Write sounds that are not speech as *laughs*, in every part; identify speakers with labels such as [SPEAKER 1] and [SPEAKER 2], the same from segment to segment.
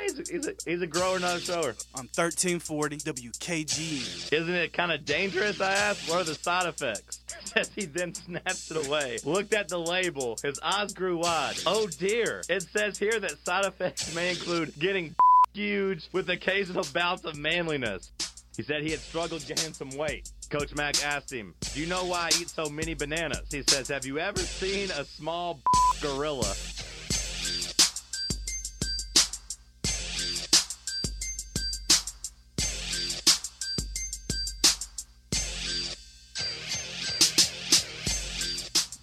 [SPEAKER 1] He's a, he's a, he's a grower, not a shower.
[SPEAKER 2] on 1340 WKG.
[SPEAKER 1] Isn't it kind of dangerous? I asked. What are the side effects? *laughs* Says he then snatched it away. Looked at the label. His eyes grew wide. Oh dear. It says here that side effects may include getting *laughs* huge with occasional bouts of manliness. He said he had struggled gaining some weight. Coach Mack asked him, Do you know why I eat so many bananas? He says, Have you ever seen a small *laughs* gorilla?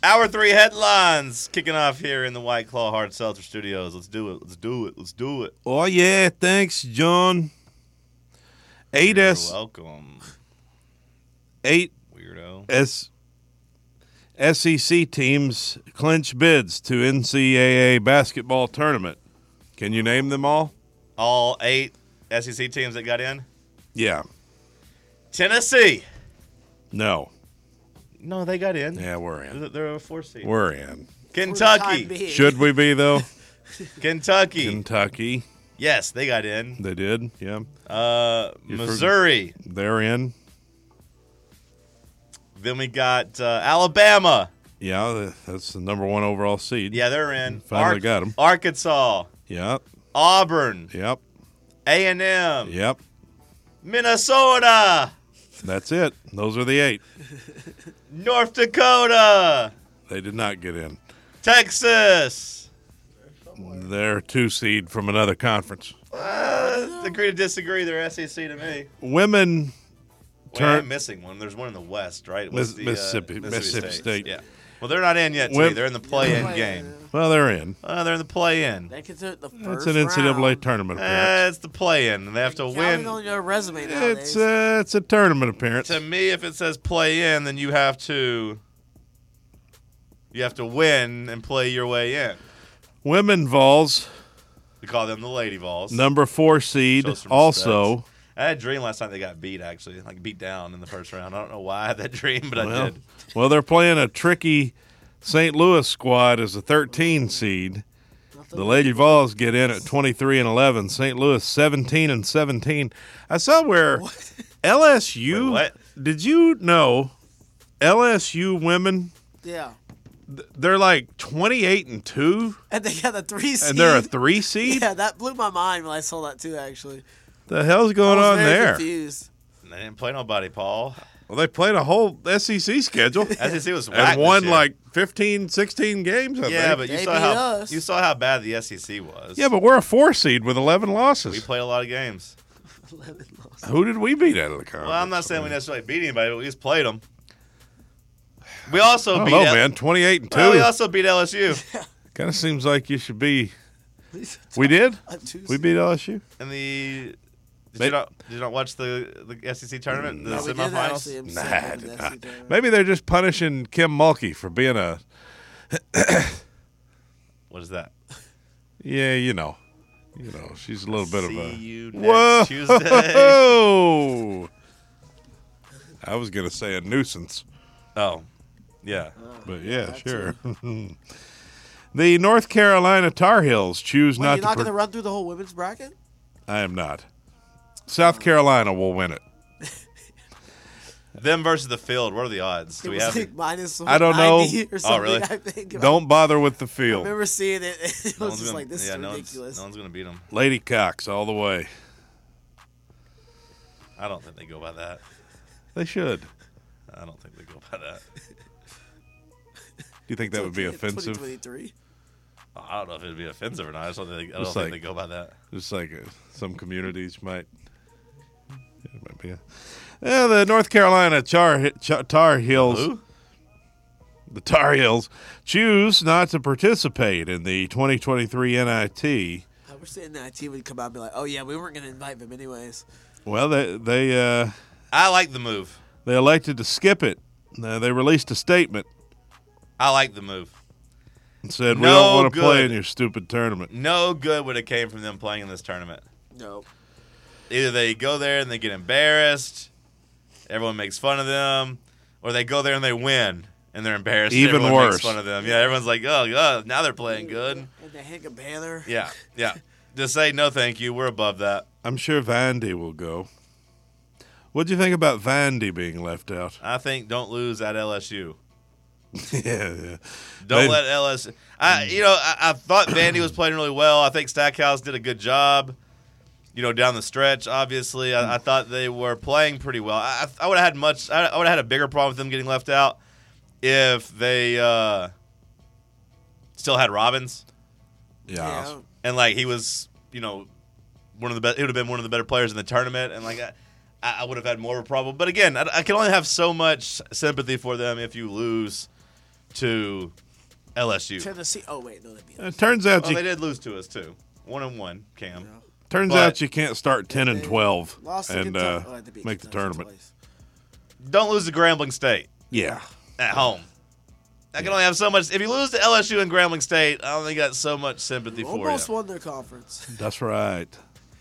[SPEAKER 3] Hour three headlines kicking off here in the White Claw Hard Seltzer Studios. Let's do it. Let's do it. Let's do it.
[SPEAKER 4] Oh yeah, thanks, John. Eight
[SPEAKER 3] You're
[SPEAKER 4] S
[SPEAKER 3] welcome,
[SPEAKER 4] eight
[SPEAKER 3] weirdo.
[SPEAKER 4] S SEC teams clinch bids to NCAA basketball tournament. Can you name them all?
[SPEAKER 3] All eight SEC teams that got in.
[SPEAKER 4] Yeah.
[SPEAKER 3] Tennessee.
[SPEAKER 4] No.
[SPEAKER 3] No, they got in.
[SPEAKER 4] Yeah, we're in.
[SPEAKER 3] They're they're a four seed.
[SPEAKER 4] We're in.
[SPEAKER 3] Kentucky.
[SPEAKER 4] Should we be though?
[SPEAKER 3] Kentucky.
[SPEAKER 4] Kentucky.
[SPEAKER 3] yes, they got in.
[SPEAKER 4] They did. Yeah.
[SPEAKER 3] Uh,
[SPEAKER 4] You forgot-
[SPEAKER 3] Missouri.
[SPEAKER 4] They're in.
[SPEAKER 3] Then we got uh, Alabama.
[SPEAKER 4] Yeah, that's the number one overall seed.
[SPEAKER 3] Yeah, they're in.
[SPEAKER 4] Finally got 'em.
[SPEAKER 3] Arkansas,
[SPEAKER 4] Yep.
[SPEAKER 3] Auburn,
[SPEAKER 4] Yep.
[SPEAKER 3] A and M,
[SPEAKER 4] Yep.
[SPEAKER 3] Minnesota,
[SPEAKER 4] That's it. Those are the eight.
[SPEAKER 3] North Dakota,
[SPEAKER 4] They did not get in.
[SPEAKER 3] Texas.
[SPEAKER 4] They're a two seed from another conference.
[SPEAKER 3] Uh, agree to disagree. They're SEC to me.
[SPEAKER 4] Women
[SPEAKER 3] Wait, I'm
[SPEAKER 4] Turn-
[SPEAKER 3] mississippi one. There's one in the West, right?
[SPEAKER 4] Miss-
[SPEAKER 3] What's the, uh,
[SPEAKER 4] Mississippi- Mississippi State.
[SPEAKER 3] Yeah. Well, they're not in yet. To
[SPEAKER 4] Wim-
[SPEAKER 3] me. They're in the play-in game.
[SPEAKER 4] Well, they're in.
[SPEAKER 3] Uh, they're in the play-in.
[SPEAKER 5] They consider it the
[SPEAKER 4] That's
[SPEAKER 5] first
[SPEAKER 4] an NCAA
[SPEAKER 5] round.
[SPEAKER 4] tournament
[SPEAKER 3] Uh,
[SPEAKER 4] appearance.
[SPEAKER 3] it's the play-in. and They have to
[SPEAKER 5] Counting
[SPEAKER 3] win.
[SPEAKER 5] on your resume
[SPEAKER 4] it's
[SPEAKER 5] nowadays.
[SPEAKER 4] uh, it's a tournament appearance.
[SPEAKER 3] to me, if it says play in, then you have to you have to win and play your way in.
[SPEAKER 4] Women Vols,
[SPEAKER 3] We call them the Lady Vols.
[SPEAKER 4] number four seed,
[SPEAKER 3] Show some
[SPEAKER 4] also.
[SPEAKER 3] respect. I had a dream last night they got beat actually, like beat down in the first round. I don't know why I had that *laughs* dream, but I
[SPEAKER 4] Well,
[SPEAKER 3] did.
[SPEAKER 4] well, they're playing a tricky St. Louis squad as a 13 seed. The Lady Vols get in at 23 and 11. St. Louis 17 and 17. I saw where LSU.
[SPEAKER 3] Wait, what?
[SPEAKER 4] Did you know LSU women?
[SPEAKER 5] yeah.
[SPEAKER 4] They're like 28 and two,
[SPEAKER 5] And they got a three seed. *laughs*
[SPEAKER 4] and they're a three seed.
[SPEAKER 5] Yeah, that blew my mind when I saw that too. Actually,
[SPEAKER 4] The hell's
[SPEAKER 5] I
[SPEAKER 4] going
[SPEAKER 5] was
[SPEAKER 4] on
[SPEAKER 5] very
[SPEAKER 4] there?
[SPEAKER 5] Confused. *laughs*
[SPEAKER 3] They didn't play nobody, Paul.
[SPEAKER 4] Well, they played a whole SEC
[SPEAKER 3] *laughs*
[SPEAKER 4] schedule
[SPEAKER 3] SEC was whack
[SPEAKER 4] and
[SPEAKER 3] this
[SPEAKER 4] won
[SPEAKER 3] year.
[SPEAKER 4] like 15, 16 games. I
[SPEAKER 3] yeah,
[SPEAKER 4] think.
[SPEAKER 3] but you
[SPEAKER 5] They
[SPEAKER 3] saw
[SPEAKER 5] beat
[SPEAKER 3] how
[SPEAKER 5] us.
[SPEAKER 3] you saw how bad the SEC was.
[SPEAKER 4] yeah, but we're a four seed with 11 losses.
[SPEAKER 3] we played a lot of games.
[SPEAKER 5] Eleven losses.
[SPEAKER 4] Who did we beat out of the conference?
[SPEAKER 3] Well, I'm not saying we necessarily beat anybody, but we just played them. We also
[SPEAKER 4] I don't
[SPEAKER 3] beat
[SPEAKER 4] know,
[SPEAKER 3] L-
[SPEAKER 4] man. 28 and 2.
[SPEAKER 3] Well, we also beat
[SPEAKER 5] *laughs*
[SPEAKER 3] LSU
[SPEAKER 4] kind of seems like you should be.
[SPEAKER 5] At least it's
[SPEAKER 4] We did?
[SPEAKER 5] a uh, two
[SPEAKER 4] We
[SPEAKER 5] seed.
[SPEAKER 4] beat LSU?
[SPEAKER 3] in the. Did
[SPEAKER 4] They-
[SPEAKER 3] you not did you not watch the the SEC tournament, the
[SPEAKER 5] No, we did actually.
[SPEAKER 3] semifinals?
[SPEAKER 5] I'm
[SPEAKER 4] Nah,
[SPEAKER 5] sad
[SPEAKER 4] I
[SPEAKER 5] that
[SPEAKER 4] did
[SPEAKER 5] that's
[SPEAKER 4] not.
[SPEAKER 5] the tournament.
[SPEAKER 4] Maybe they're just punishing Kim Mulkey for being a.
[SPEAKER 3] What is that?
[SPEAKER 4] Yeah, you know. You know, she's a little bit of a.
[SPEAKER 3] See you next
[SPEAKER 4] Whoa! *laughs*
[SPEAKER 3] Tuesday. *laughs*
[SPEAKER 4] I was going to say a nuisance.
[SPEAKER 3] oh, yeah.
[SPEAKER 4] But yeah, sure. *laughs* the North Carolina Tar Heels choose
[SPEAKER 5] Wait,
[SPEAKER 4] not
[SPEAKER 5] you're
[SPEAKER 4] to.
[SPEAKER 5] not
[SPEAKER 4] par-
[SPEAKER 5] going to run through the whole women's bracket?
[SPEAKER 4] I am not. South Carolina will win it.
[SPEAKER 3] Them versus the field. What are the odds? Do
[SPEAKER 5] It
[SPEAKER 3] we
[SPEAKER 5] was
[SPEAKER 3] have? Oh,
[SPEAKER 5] like minus
[SPEAKER 4] I don't
[SPEAKER 5] 90
[SPEAKER 4] know.
[SPEAKER 5] Or something,
[SPEAKER 3] really?
[SPEAKER 4] *laughs*
[SPEAKER 5] I think.
[SPEAKER 4] Don't bother with the
[SPEAKER 5] I
[SPEAKER 4] field.
[SPEAKER 5] remember seeing it. *laughs* It was
[SPEAKER 3] no one's
[SPEAKER 5] just
[SPEAKER 3] gonna-
[SPEAKER 5] like this
[SPEAKER 3] yeah,
[SPEAKER 5] is
[SPEAKER 3] no one's-
[SPEAKER 5] ridiculous.
[SPEAKER 3] No one's, going to beat them.
[SPEAKER 4] Lady Cox all the way.
[SPEAKER 3] I don't think they go by that.
[SPEAKER 4] They should. Do
[SPEAKER 3] I don't think they go by that.
[SPEAKER 4] you think that
[SPEAKER 5] *laughs*
[SPEAKER 4] would be
[SPEAKER 5] It's okay,
[SPEAKER 4] offensive?
[SPEAKER 5] 2023.
[SPEAKER 3] I don't know if it'd be offensive or not. I just don't think, I don't
[SPEAKER 4] Just
[SPEAKER 3] think
[SPEAKER 4] like-
[SPEAKER 3] they go by that.
[SPEAKER 4] Just like uh, some communities might. It might be a- Yeah, the North Carolina Char, Char, Tar Heels. The Tar Heels choose not to participate in the 2023 NIT.
[SPEAKER 5] I wish the NIT would come out and be like, oh, yeah, we weren't going to invite them anyways.
[SPEAKER 4] Well, they they uh,
[SPEAKER 3] I like the move.
[SPEAKER 4] they elected to skip it. Uh, they released a statement
[SPEAKER 3] I like the move.
[SPEAKER 4] and said, "We
[SPEAKER 3] No
[SPEAKER 4] don't want to play
[SPEAKER 3] good.
[SPEAKER 4] in your stupid tournament."
[SPEAKER 3] No good would have came from them playing in this tournament.
[SPEAKER 5] No.
[SPEAKER 3] Either they go there and they get embarrassed, everyone makes fun of them, or they go there and they win and they're embarrassed. and
[SPEAKER 4] Even
[SPEAKER 3] everyone
[SPEAKER 4] worse.
[SPEAKER 3] oh, makes fun of them. Yeah, everyone's like, oh, God, now they're playing good.
[SPEAKER 5] And they hang a banner.
[SPEAKER 4] *laughs*
[SPEAKER 3] Yeah, yeah. Just say no, thank you. We're above that.
[SPEAKER 4] I'm sure Vandy will go. What do you think about Vandy being left out?
[SPEAKER 3] I think don't lose at LSU.
[SPEAKER 4] *laughs* yeah, yeah.
[SPEAKER 3] Don't
[SPEAKER 4] They-
[SPEAKER 3] let LS. I you know I, I thought Vandy was playing really well. I think Stackhouse did a good job. You know, down the stretch, obviously, I, I thought they were playing pretty well. I, I would have had much. I, I would have had a bigger problem with them getting left out if they uh, still had Robbins
[SPEAKER 4] Yeah.
[SPEAKER 5] Yeah.
[SPEAKER 3] and like he was, you know, one of the best. He would have been one of the better players in the tournament, and like I, I would have had more of a problem. But again, I, I can only have so much sympathy for them if you lose to LSU.
[SPEAKER 5] Tennessee. Oh wait, no, that'd be.
[SPEAKER 4] It Uh, turns out
[SPEAKER 3] Well,
[SPEAKER 4] you
[SPEAKER 3] Oh, they did lose to us too, one and one. Cam,
[SPEAKER 4] turns
[SPEAKER 3] but-
[SPEAKER 4] out you can't start ten and
[SPEAKER 5] They
[SPEAKER 4] twelve
[SPEAKER 5] Lost to
[SPEAKER 4] and uh,
[SPEAKER 5] Kentucky. Oh, that'd be
[SPEAKER 4] make the
[SPEAKER 5] Kentucky
[SPEAKER 4] tournament.
[SPEAKER 5] twice.
[SPEAKER 3] don't lose to Grambling State
[SPEAKER 4] Yeah.
[SPEAKER 3] at home. I can only have so much. If you lose to LSU and Grambling State, I only got so much sympathy for
[SPEAKER 5] Almost
[SPEAKER 3] you.
[SPEAKER 5] won their conference.
[SPEAKER 4] That's right.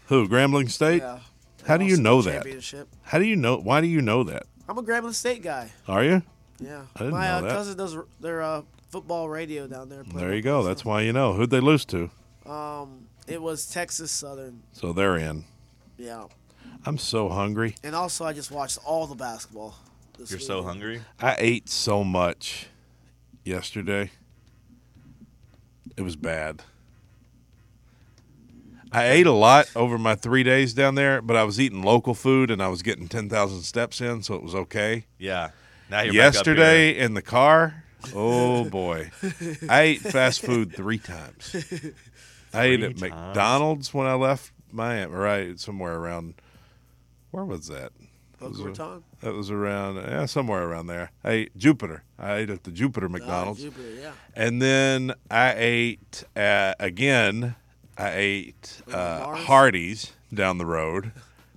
[SPEAKER 4] Who? Grambling State?
[SPEAKER 5] Yeah.
[SPEAKER 4] How do
[SPEAKER 5] Lost
[SPEAKER 4] you
[SPEAKER 5] the
[SPEAKER 4] know that?
[SPEAKER 5] Championship.
[SPEAKER 4] How do you know? Why do you know that?
[SPEAKER 5] I'm a Grambling State guy.
[SPEAKER 4] Are you?
[SPEAKER 5] Yeah.
[SPEAKER 4] didn't
[SPEAKER 5] My
[SPEAKER 4] know
[SPEAKER 5] uh,
[SPEAKER 4] that.
[SPEAKER 5] cousin does r- their uh, football radio down there.
[SPEAKER 4] There you go. That's why you know. Who'd they lose to?
[SPEAKER 5] Um, it was Texas Southern.
[SPEAKER 4] So they're in.
[SPEAKER 5] Yeah.
[SPEAKER 4] I'm so hungry.
[SPEAKER 5] And also, I just watched all the basketball. This
[SPEAKER 3] You're so
[SPEAKER 5] weekend.
[SPEAKER 3] hungry.
[SPEAKER 4] I ate so much yesterday. It was bad. I ate a lot over my three days down there, but I was eating local food and I was getting 10,000 steps in, so it was okay.
[SPEAKER 3] Yeah. Now you're back up here.
[SPEAKER 4] yesterday in the car, oh boy. I ate fast food three times. I ate at
[SPEAKER 3] Three times?
[SPEAKER 4] McDonald's when I left Miami, right? Somewhere around, where was that?
[SPEAKER 5] Boca Raton.
[SPEAKER 4] That was around yeah, somewhere around there. I ate Jupiter. I ate at the Jupiter McDonald's,
[SPEAKER 5] Ah, Jupiter, yeah.
[SPEAKER 4] and then I ate uh, again. I ate uh,
[SPEAKER 5] Mars?
[SPEAKER 4] Hardee's down the road,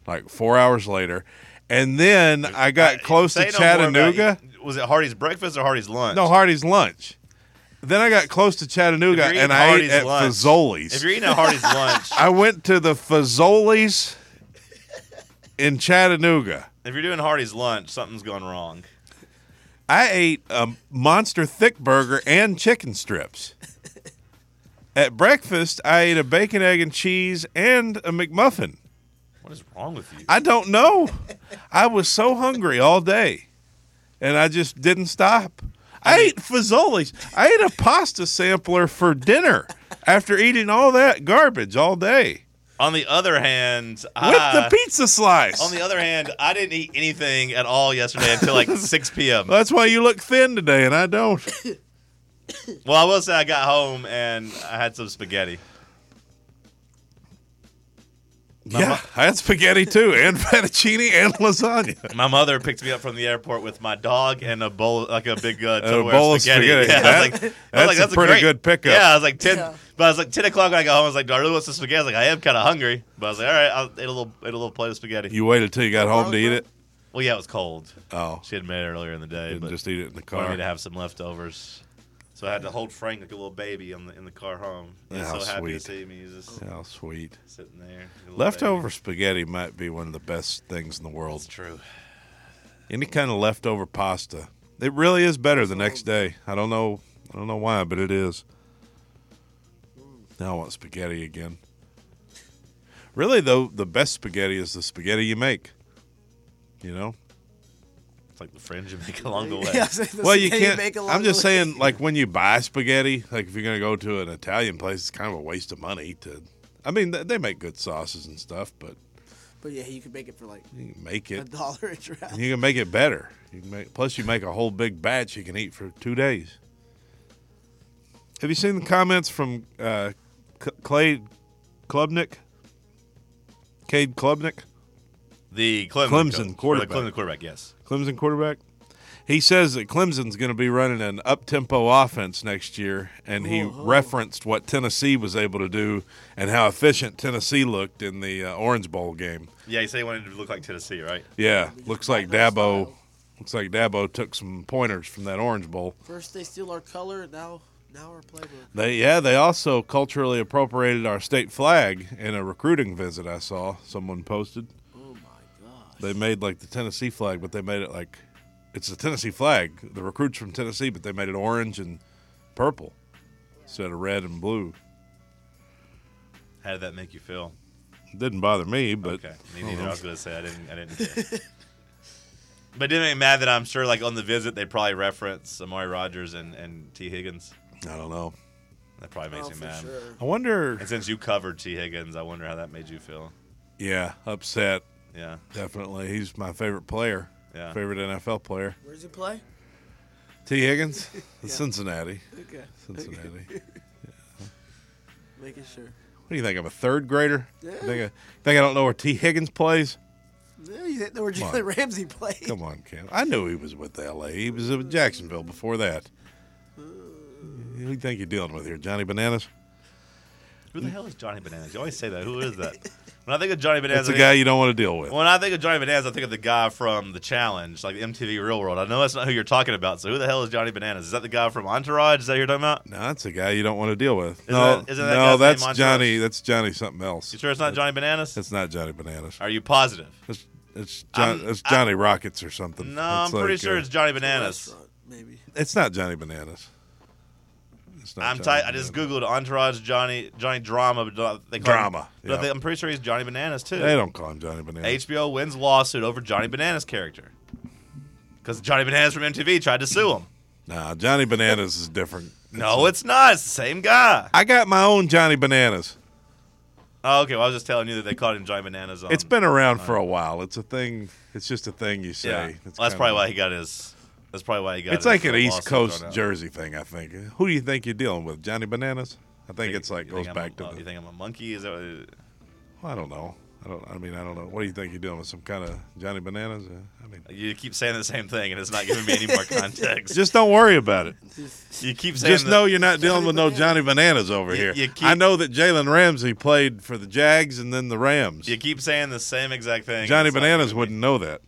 [SPEAKER 4] like four hours later, and then I got close
[SPEAKER 3] Say
[SPEAKER 4] to
[SPEAKER 3] no more about
[SPEAKER 4] Chattanooga.
[SPEAKER 3] you- was it Hardy's breakfast or Hardy's lunch?
[SPEAKER 4] No, Hardee's lunch. Then I got close to
[SPEAKER 3] If
[SPEAKER 4] Chattanooga,
[SPEAKER 3] you're eating
[SPEAKER 4] and I
[SPEAKER 3] Hardee's
[SPEAKER 4] ate at
[SPEAKER 3] lunch-
[SPEAKER 4] Fazoli's.
[SPEAKER 3] If you're eating at
[SPEAKER 4] *laughs*
[SPEAKER 3] Hardy's lunch,
[SPEAKER 4] I went to the Fazoli's in Chattanooga.
[SPEAKER 3] If you're doing Hardy's lunch, something's gone wrong.
[SPEAKER 4] I ate a monster thick burger and chicken strips. At breakfast, I ate a bacon, egg, and cheese and a McMuffin.
[SPEAKER 3] What is wrong with you?
[SPEAKER 4] I don't know. I was so hungry all day, and I just didn't stop. I ate fazoli's. I ate a pasta sampler for dinner after eating all that garbage all day
[SPEAKER 3] on the other hand,
[SPEAKER 4] with
[SPEAKER 3] I,
[SPEAKER 4] the pizza slice.
[SPEAKER 3] Uh, on the other hand, I didn't eat anything at all yesterday until
[SPEAKER 4] *laughs*
[SPEAKER 3] like 6 p.m.
[SPEAKER 4] That's why you look thin today, and I don't.
[SPEAKER 3] Well, I will say I got home and I had some spaghetti.
[SPEAKER 4] yeah, I had spaghetti too, and *laughs* fettuccine and lasagna.
[SPEAKER 3] My mother picked me up from the airport with my dog and a bowl, like a big uh,
[SPEAKER 4] A
[SPEAKER 3] Tupperware
[SPEAKER 4] bowl of spaghetti.
[SPEAKER 3] Yeah, I was
[SPEAKER 4] That-
[SPEAKER 3] like, I was
[SPEAKER 4] that's
[SPEAKER 3] like,
[SPEAKER 4] a pretty
[SPEAKER 3] great-
[SPEAKER 4] good pickup.
[SPEAKER 3] Yeah, I was like ten,
[SPEAKER 5] Yeah.
[SPEAKER 3] but I was like ten o'clock when I got home. I was like, do I really want some spaghetti? I was like, I am kind of hungry, but I was like, all right, I'll eat a little, eat a little plate of spaghetti.
[SPEAKER 4] You waited till you got home to eat it.
[SPEAKER 3] well, yeah, it was cold.
[SPEAKER 4] Oh,
[SPEAKER 3] She had made it earlier in the day,
[SPEAKER 4] didn't
[SPEAKER 3] but
[SPEAKER 4] just eat it in the
[SPEAKER 3] wanted
[SPEAKER 4] car.
[SPEAKER 3] me to have some leftovers. So I had to hold Frank like a little baby on the, in the car home. He's
[SPEAKER 4] How
[SPEAKER 3] so happy to
[SPEAKER 4] sweet.
[SPEAKER 3] see me. He's just
[SPEAKER 4] How Oh, sweet!
[SPEAKER 3] sitting there. like a little
[SPEAKER 4] Leftover
[SPEAKER 3] baby.
[SPEAKER 4] spaghetti might be one of the best things in the world.
[SPEAKER 3] It's true.
[SPEAKER 4] Any kind of leftover pasta, it really is better the next day. I don't know, I don't know why, but it is. Now I want spaghetti again. Really though, the best spaghetti is the spaghetti you make. You know,
[SPEAKER 3] It's like the friends you make along
[SPEAKER 5] *laughs*
[SPEAKER 3] the way.
[SPEAKER 5] Yeah, I was like, this
[SPEAKER 4] well you
[SPEAKER 5] thing
[SPEAKER 4] can't.
[SPEAKER 5] make a lot
[SPEAKER 4] I'm
[SPEAKER 5] of
[SPEAKER 4] just
[SPEAKER 5] noise.
[SPEAKER 4] saying, like when you buy spaghetti, like if you're gonna go to an Italian place, it's kind of a waste of money. To, I mean, they- they make good sauces and stuff, but
[SPEAKER 5] But yeah, you could make it for like
[SPEAKER 4] you can make
[SPEAKER 5] a
[SPEAKER 4] it.
[SPEAKER 5] dollar a draft.
[SPEAKER 4] You can make it better. You can make, plus, you make a whole big batch you can eat for two days. Have you seen the comments from uh, C- Clay Klubnik? Cade Klubnik,
[SPEAKER 3] The Clemson,
[SPEAKER 4] Clemson
[SPEAKER 3] coach, or
[SPEAKER 4] quarterback.
[SPEAKER 3] The Clemson quarterback, yes.
[SPEAKER 4] Clemson quarterback. He says that Clemson's going to be running an up-tempo offense next year, and he referenced what Tennessee was able to do and how efficient Tennessee looked in the uh, Orange Bowl game.
[SPEAKER 3] Yeah, he said he wanted to look like Tennessee, right?
[SPEAKER 4] Yeah, looks like
[SPEAKER 5] Bible
[SPEAKER 4] Dabo.
[SPEAKER 5] style.
[SPEAKER 4] Looks like Dabo took some pointers from that Orange Bowl.
[SPEAKER 5] First they steal our color, now now our playbook.
[SPEAKER 4] They yeah, they also culturally appropriated our state flag in a recruiting visit I saw someone posted.
[SPEAKER 5] Oh my god.
[SPEAKER 4] They made like the Tennessee flag, but they made it like it's the Tennessee flag. The recruits from Tennessee, but they made it orange and purple instead of red and blue.
[SPEAKER 3] How did that make you feel?
[SPEAKER 4] Didn't bother me, but
[SPEAKER 3] Okay, me neither. I was gonna say I didn't. I didn't. Care. *laughs* but it didn't make me mad that I'm sure, like on the visit, they probably reference Amari Rogers and, and T Higgins.
[SPEAKER 4] I don't know.
[SPEAKER 3] That probably makes
[SPEAKER 5] Oh,
[SPEAKER 3] me
[SPEAKER 5] for
[SPEAKER 3] mad.
[SPEAKER 5] sure.
[SPEAKER 4] I wonder.
[SPEAKER 3] And since you covered T Higgins, I wonder how that made you feel.
[SPEAKER 4] Yeah, upset.
[SPEAKER 3] Yeah,
[SPEAKER 4] Definitely, he's my favorite player.
[SPEAKER 3] Yeah.
[SPEAKER 4] Favorite NFL player.
[SPEAKER 5] Where's he play?
[SPEAKER 4] T. *laughs* Higgins, Cincinnati.
[SPEAKER 5] Okay.
[SPEAKER 4] Cincinnati. What
[SPEAKER 5] Making sure.
[SPEAKER 4] do you think? I'm a third grader.
[SPEAKER 5] Yeah.
[SPEAKER 4] You think I, think I don't know where T. Higgins plays?
[SPEAKER 5] Yeah, you didn't know where
[SPEAKER 4] Come on.
[SPEAKER 5] Jalen Ramsey played.
[SPEAKER 4] Come on, Cam. I knew he was with L.A. He was with Jacksonville before that. Who do you think you're dealing with here, Johnny Bananas?
[SPEAKER 3] who the hell is Johnny Bananas? You always say that. Who is that? When I think of Johnny Bananas,
[SPEAKER 4] That's Mm. a
[SPEAKER 3] I think-
[SPEAKER 4] guy you don't want to deal with.
[SPEAKER 3] When I think of Johnny Bananas, I think of the guy from The Challenge, like the MTV Real World. I know that's not who you're talking about. So who the hell is Johnny Bananas? Is that the guy from Entourage? Is that who you're talking about?
[SPEAKER 4] No, that's a guy you don't want to deal with. no,
[SPEAKER 3] that- isn't that
[SPEAKER 4] no,
[SPEAKER 3] guy's name
[SPEAKER 4] that's
[SPEAKER 3] Montrose?
[SPEAKER 4] Johnny. That's Johnny something else.
[SPEAKER 3] You sure it's not Johnny Bananas?
[SPEAKER 4] It's not Johnny Bananas.
[SPEAKER 3] Are you positive?
[SPEAKER 4] It's, it's, John,
[SPEAKER 3] I'm-
[SPEAKER 4] it's Johnny Rockets or something.
[SPEAKER 3] No, I'm
[SPEAKER 4] It's
[SPEAKER 3] pretty
[SPEAKER 4] like,
[SPEAKER 3] sure
[SPEAKER 4] uh,
[SPEAKER 3] it's Johnny Bananas.
[SPEAKER 5] Restaurant, Maybe.
[SPEAKER 4] It's not Johnny Bananas. It's not
[SPEAKER 3] I'm
[SPEAKER 4] Johnny
[SPEAKER 3] tight. I just
[SPEAKER 4] Bananas.
[SPEAKER 3] googled Entourage Johnny Johnny Drama. But don't- they call him-
[SPEAKER 4] Drama,
[SPEAKER 3] but
[SPEAKER 4] yeah.
[SPEAKER 3] they- I'm pretty sure he's Johnny Bananas too.
[SPEAKER 4] They don't call him Johnny Bananas.
[SPEAKER 3] HBO wins lawsuit over Johnny Bananas character because Johnny Bananas from MTV tried to sue him.
[SPEAKER 4] nah, Johnny Bananas is different.
[SPEAKER 3] No, it's not. It's the same guy.
[SPEAKER 4] I got my own Johnny Bananas.
[SPEAKER 3] Oh, okay. Well, I was just telling you that they called him Johnny Bananas. On,
[SPEAKER 4] It's been around for a while. It's a thing. It's just a thing you say.
[SPEAKER 3] Um, Yeah.
[SPEAKER 4] It's
[SPEAKER 3] Well, that's
[SPEAKER 4] kinda-
[SPEAKER 3] probably why he got his. That's probably why he got.
[SPEAKER 4] It's
[SPEAKER 3] his
[SPEAKER 4] like an
[SPEAKER 3] little
[SPEAKER 4] East
[SPEAKER 3] lawsuit
[SPEAKER 4] Coast
[SPEAKER 3] thrown out.
[SPEAKER 4] Jersey thing. I think. Who do you think you're dealing with, Johnny Bananas? I think
[SPEAKER 3] You-
[SPEAKER 4] it's like
[SPEAKER 3] you
[SPEAKER 4] goes
[SPEAKER 3] think I'm
[SPEAKER 4] back
[SPEAKER 3] a-
[SPEAKER 4] to.
[SPEAKER 3] oh,
[SPEAKER 4] the,
[SPEAKER 3] You think I'm a monkey? Is that what-
[SPEAKER 4] Well, I don't know. I don't. I mean, I don't know. What do you think you're dealing with? Some kind of Johnny Bananas? Uh, I
[SPEAKER 3] *laughs*
[SPEAKER 4] mean,
[SPEAKER 3] you keep saying the same thing, and it's not giving me any
[SPEAKER 4] *laughs*
[SPEAKER 3] more context.
[SPEAKER 4] just don't worry about it.
[SPEAKER 3] you keep saying
[SPEAKER 4] Just
[SPEAKER 3] the-
[SPEAKER 4] know you're not dealing with no Johnny Bananas over
[SPEAKER 3] You-
[SPEAKER 4] here.
[SPEAKER 3] you keep-
[SPEAKER 4] I know that Jalen Ramsey played for the Jags and then the Rams.
[SPEAKER 3] You keep saying the same exact thing.
[SPEAKER 4] Johnny
[SPEAKER 3] It's not
[SPEAKER 4] Bananas
[SPEAKER 3] giving me-
[SPEAKER 4] wouldn't know that.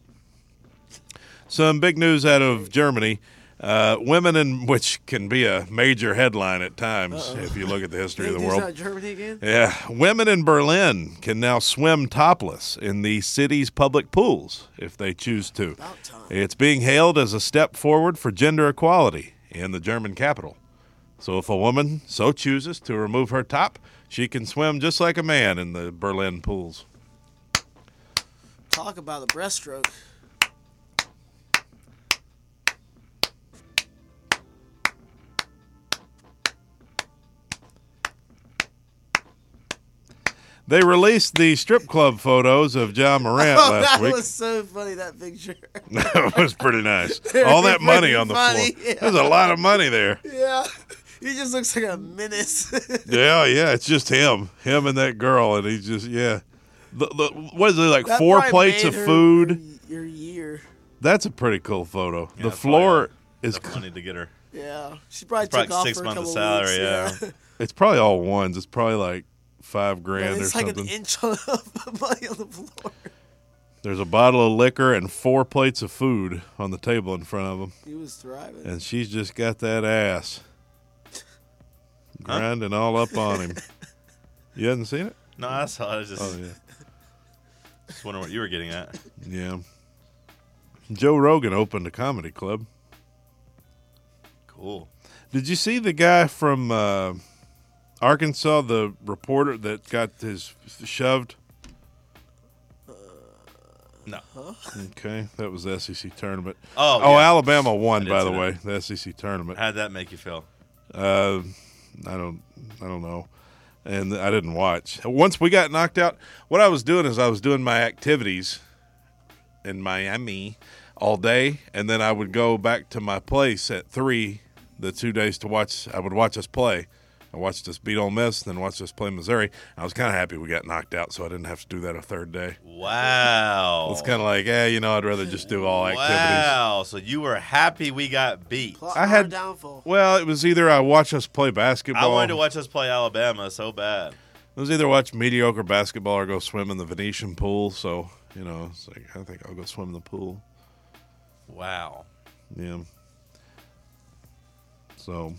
[SPEAKER 4] Some big news out of Germany. Uh, women, in which can be a major headline at times if you look at the history of the
[SPEAKER 5] He's
[SPEAKER 4] world.
[SPEAKER 5] not Germany again.
[SPEAKER 4] Yeah, women in Berlin can now swim topless in the city's public pools if they choose to.
[SPEAKER 5] About time.
[SPEAKER 4] It's being hailed as a step forward for gender equality in the German capital. So if a woman so chooses to remove her top, she can swim just like a man in the Berlin pools.
[SPEAKER 5] Talk about
[SPEAKER 4] *laughs*
[SPEAKER 5] the breaststroke.
[SPEAKER 4] They released the strip club photos of John Morant
[SPEAKER 5] *laughs* Oh,
[SPEAKER 4] last
[SPEAKER 5] that
[SPEAKER 4] week.
[SPEAKER 5] was so funny that picture.
[SPEAKER 4] *laughs*
[SPEAKER 5] *laughs*
[SPEAKER 4] that was pretty nice. All that money on the
[SPEAKER 5] Funny,
[SPEAKER 4] floor.
[SPEAKER 5] yeah.
[SPEAKER 4] There's a lot of money
[SPEAKER 5] *laughs*
[SPEAKER 4] there.
[SPEAKER 5] yeah, he just looks like a menace. *laughs*
[SPEAKER 4] Yeah, yeah, it's just him, him and that girl, and he's just yeah. The, the, what is it like?
[SPEAKER 5] That
[SPEAKER 4] four
[SPEAKER 5] probably
[SPEAKER 4] plates
[SPEAKER 5] made
[SPEAKER 4] of
[SPEAKER 5] her
[SPEAKER 4] food.
[SPEAKER 5] Your, your year.
[SPEAKER 4] That's a pretty cool photo.
[SPEAKER 3] Yeah,
[SPEAKER 4] the
[SPEAKER 3] that's
[SPEAKER 4] floor
[SPEAKER 3] probably
[SPEAKER 4] is
[SPEAKER 3] That's money to get her.
[SPEAKER 5] Yeah, she probably
[SPEAKER 3] probably
[SPEAKER 5] took off
[SPEAKER 3] six
[SPEAKER 5] for a
[SPEAKER 3] months
[SPEAKER 5] couple
[SPEAKER 3] of salary,
[SPEAKER 5] Weeks,
[SPEAKER 3] yeah.
[SPEAKER 5] *laughs*
[SPEAKER 4] it's probably all ones. It's probably like five grand or
[SPEAKER 5] it's like
[SPEAKER 4] something.
[SPEAKER 5] an inch *laughs* of money on the floor.
[SPEAKER 4] There's a bottle of liquor and four plates of food on the table in front of him,
[SPEAKER 5] He was thriving.
[SPEAKER 4] and she's just got
[SPEAKER 3] *laughs*
[SPEAKER 4] that ass grinding all up
[SPEAKER 3] *laughs*
[SPEAKER 4] on him. You hadn't seen it?
[SPEAKER 3] No, I saw. it. I was just,
[SPEAKER 4] Oh yeah.
[SPEAKER 3] just wondering what you were getting at.
[SPEAKER 4] Yeah. Joe Rogan opened a comedy club.
[SPEAKER 3] Cool.
[SPEAKER 4] Did you see the guy from uh, Arkansas, the reporter that got his
[SPEAKER 3] *laughs*
[SPEAKER 4] shoved?
[SPEAKER 3] No.
[SPEAKER 4] Okay, that was the SEC tournament.
[SPEAKER 3] Oh,
[SPEAKER 4] oh,
[SPEAKER 3] yeah.
[SPEAKER 4] Alabama won,
[SPEAKER 3] did
[SPEAKER 4] by
[SPEAKER 3] see
[SPEAKER 4] the
[SPEAKER 3] that.
[SPEAKER 4] way, the SEC tournament.
[SPEAKER 3] How'd that make you feel?
[SPEAKER 4] Uh, I don't, I don't know, and I didn't watch. Once we got knocked out, what I was doing is I was doing my activities in Miami all day, and then I would go back to my place at three. The two days to watch, I would watch us play. I watched us beat Ole Miss, then watched us play Missouri. I was kind of happy we got knocked out, so I didn't have to do that a third day.
[SPEAKER 3] Wow.
[SPEAKER 4] It's kind of like, eh, you know, I'd rather just do all activities.
[SPEAKER 3] Wow. So you were happy we got beat.
[SPEAKER 5] Plot
[SPEAKER 4] I
[SPEAKER 5] armor
[SPEAKER 4] had-
[SPEAKER 5] downfall.
[SPEAKER 4] Well, it was either I watch us play basketball.
[SPEAKER 3] I wanted to watch us play Alabama so bad.
[SPEAKER 4] It was either watch mediocre basketball or go swim in the Venetian pool. So you know, it's like I think I'll go swim in the pool.
[SPEAKER 3] Wow.
[SPEAKER 4] Yeah. So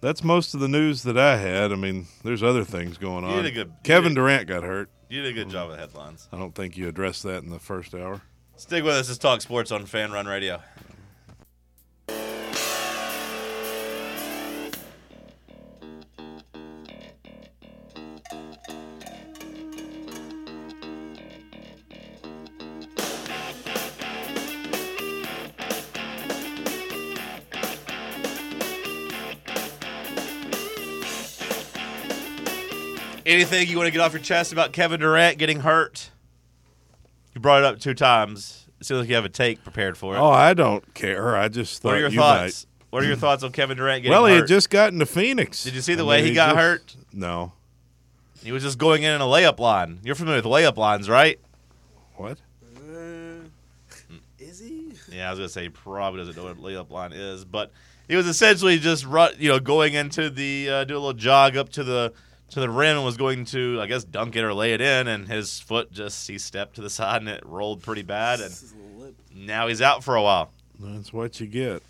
[SPEAKER 4] that's most of the news that I had. I mean, there's other things going
[SPEAKER 3] You
[SPEAKER 4] on.
[SPEAKER 3] did a good- you
[SPEAKER 4] Kevin
[SPEAKER 3] did-
[SPEAKER 4] Durant got hurt.
[SPEAKER 3] You did a
[SPEAKER 4] Mm.
[SPEAKER 3] good job with headlines.
[SPEAKER 4] I don't think you addressed that in the first hour.
[SPEAKER 3] Stick with us. Let's talk sports on Fan Run Radio. Anything you want to get off your chest about Kevin Durant getting hurt? You brought it up two times. It seems like you have a take prepared for it.
[SPEAKER 4] Oh, I don't care. I just thought
[SPEAKER 3] what are your
[SPEAKER 4] you
[SPEAKER 3] thoughts? What are your thoughts on Kevin Durant
[SPEAKER 4] might.
[SPEAKER 3] getting
[SPEAKER 4] Well, he
[SPEAKER 3] hurt?
[SPEAKER 4] had just gotten to Phoenix.
[SPEAKER 3] Did you see the
[SPEAKER 4] I
[SPEAKER 3] way
[SPEAKER 4] mean,
[SPEAKER 3] he got
[SPEAKER 4] just-
[SPEAKER 3] hurt?
[SPEAKER 4] No.
[SPEAKER 3] he was just going in in a layup line. You're familiar with layup lines, right?
[SPEAKER 4] What?
[SPEAKER 5] Is he?
[SPEAKER 3] Yeah, I was gonna say he probably doesn't know what a layup line is, but he was essentially just ru- you know going into the uh, do a little jog up to the to the rim and was going to I guess dunk it or lay it in, and his foot just he stepped to the side and it rolled pretty bad, and
[SPEAKER 5] *laughs* This is a lip.
[SPEAKER 3] now he's out for a while.
[SPEAKER 4] That's what you get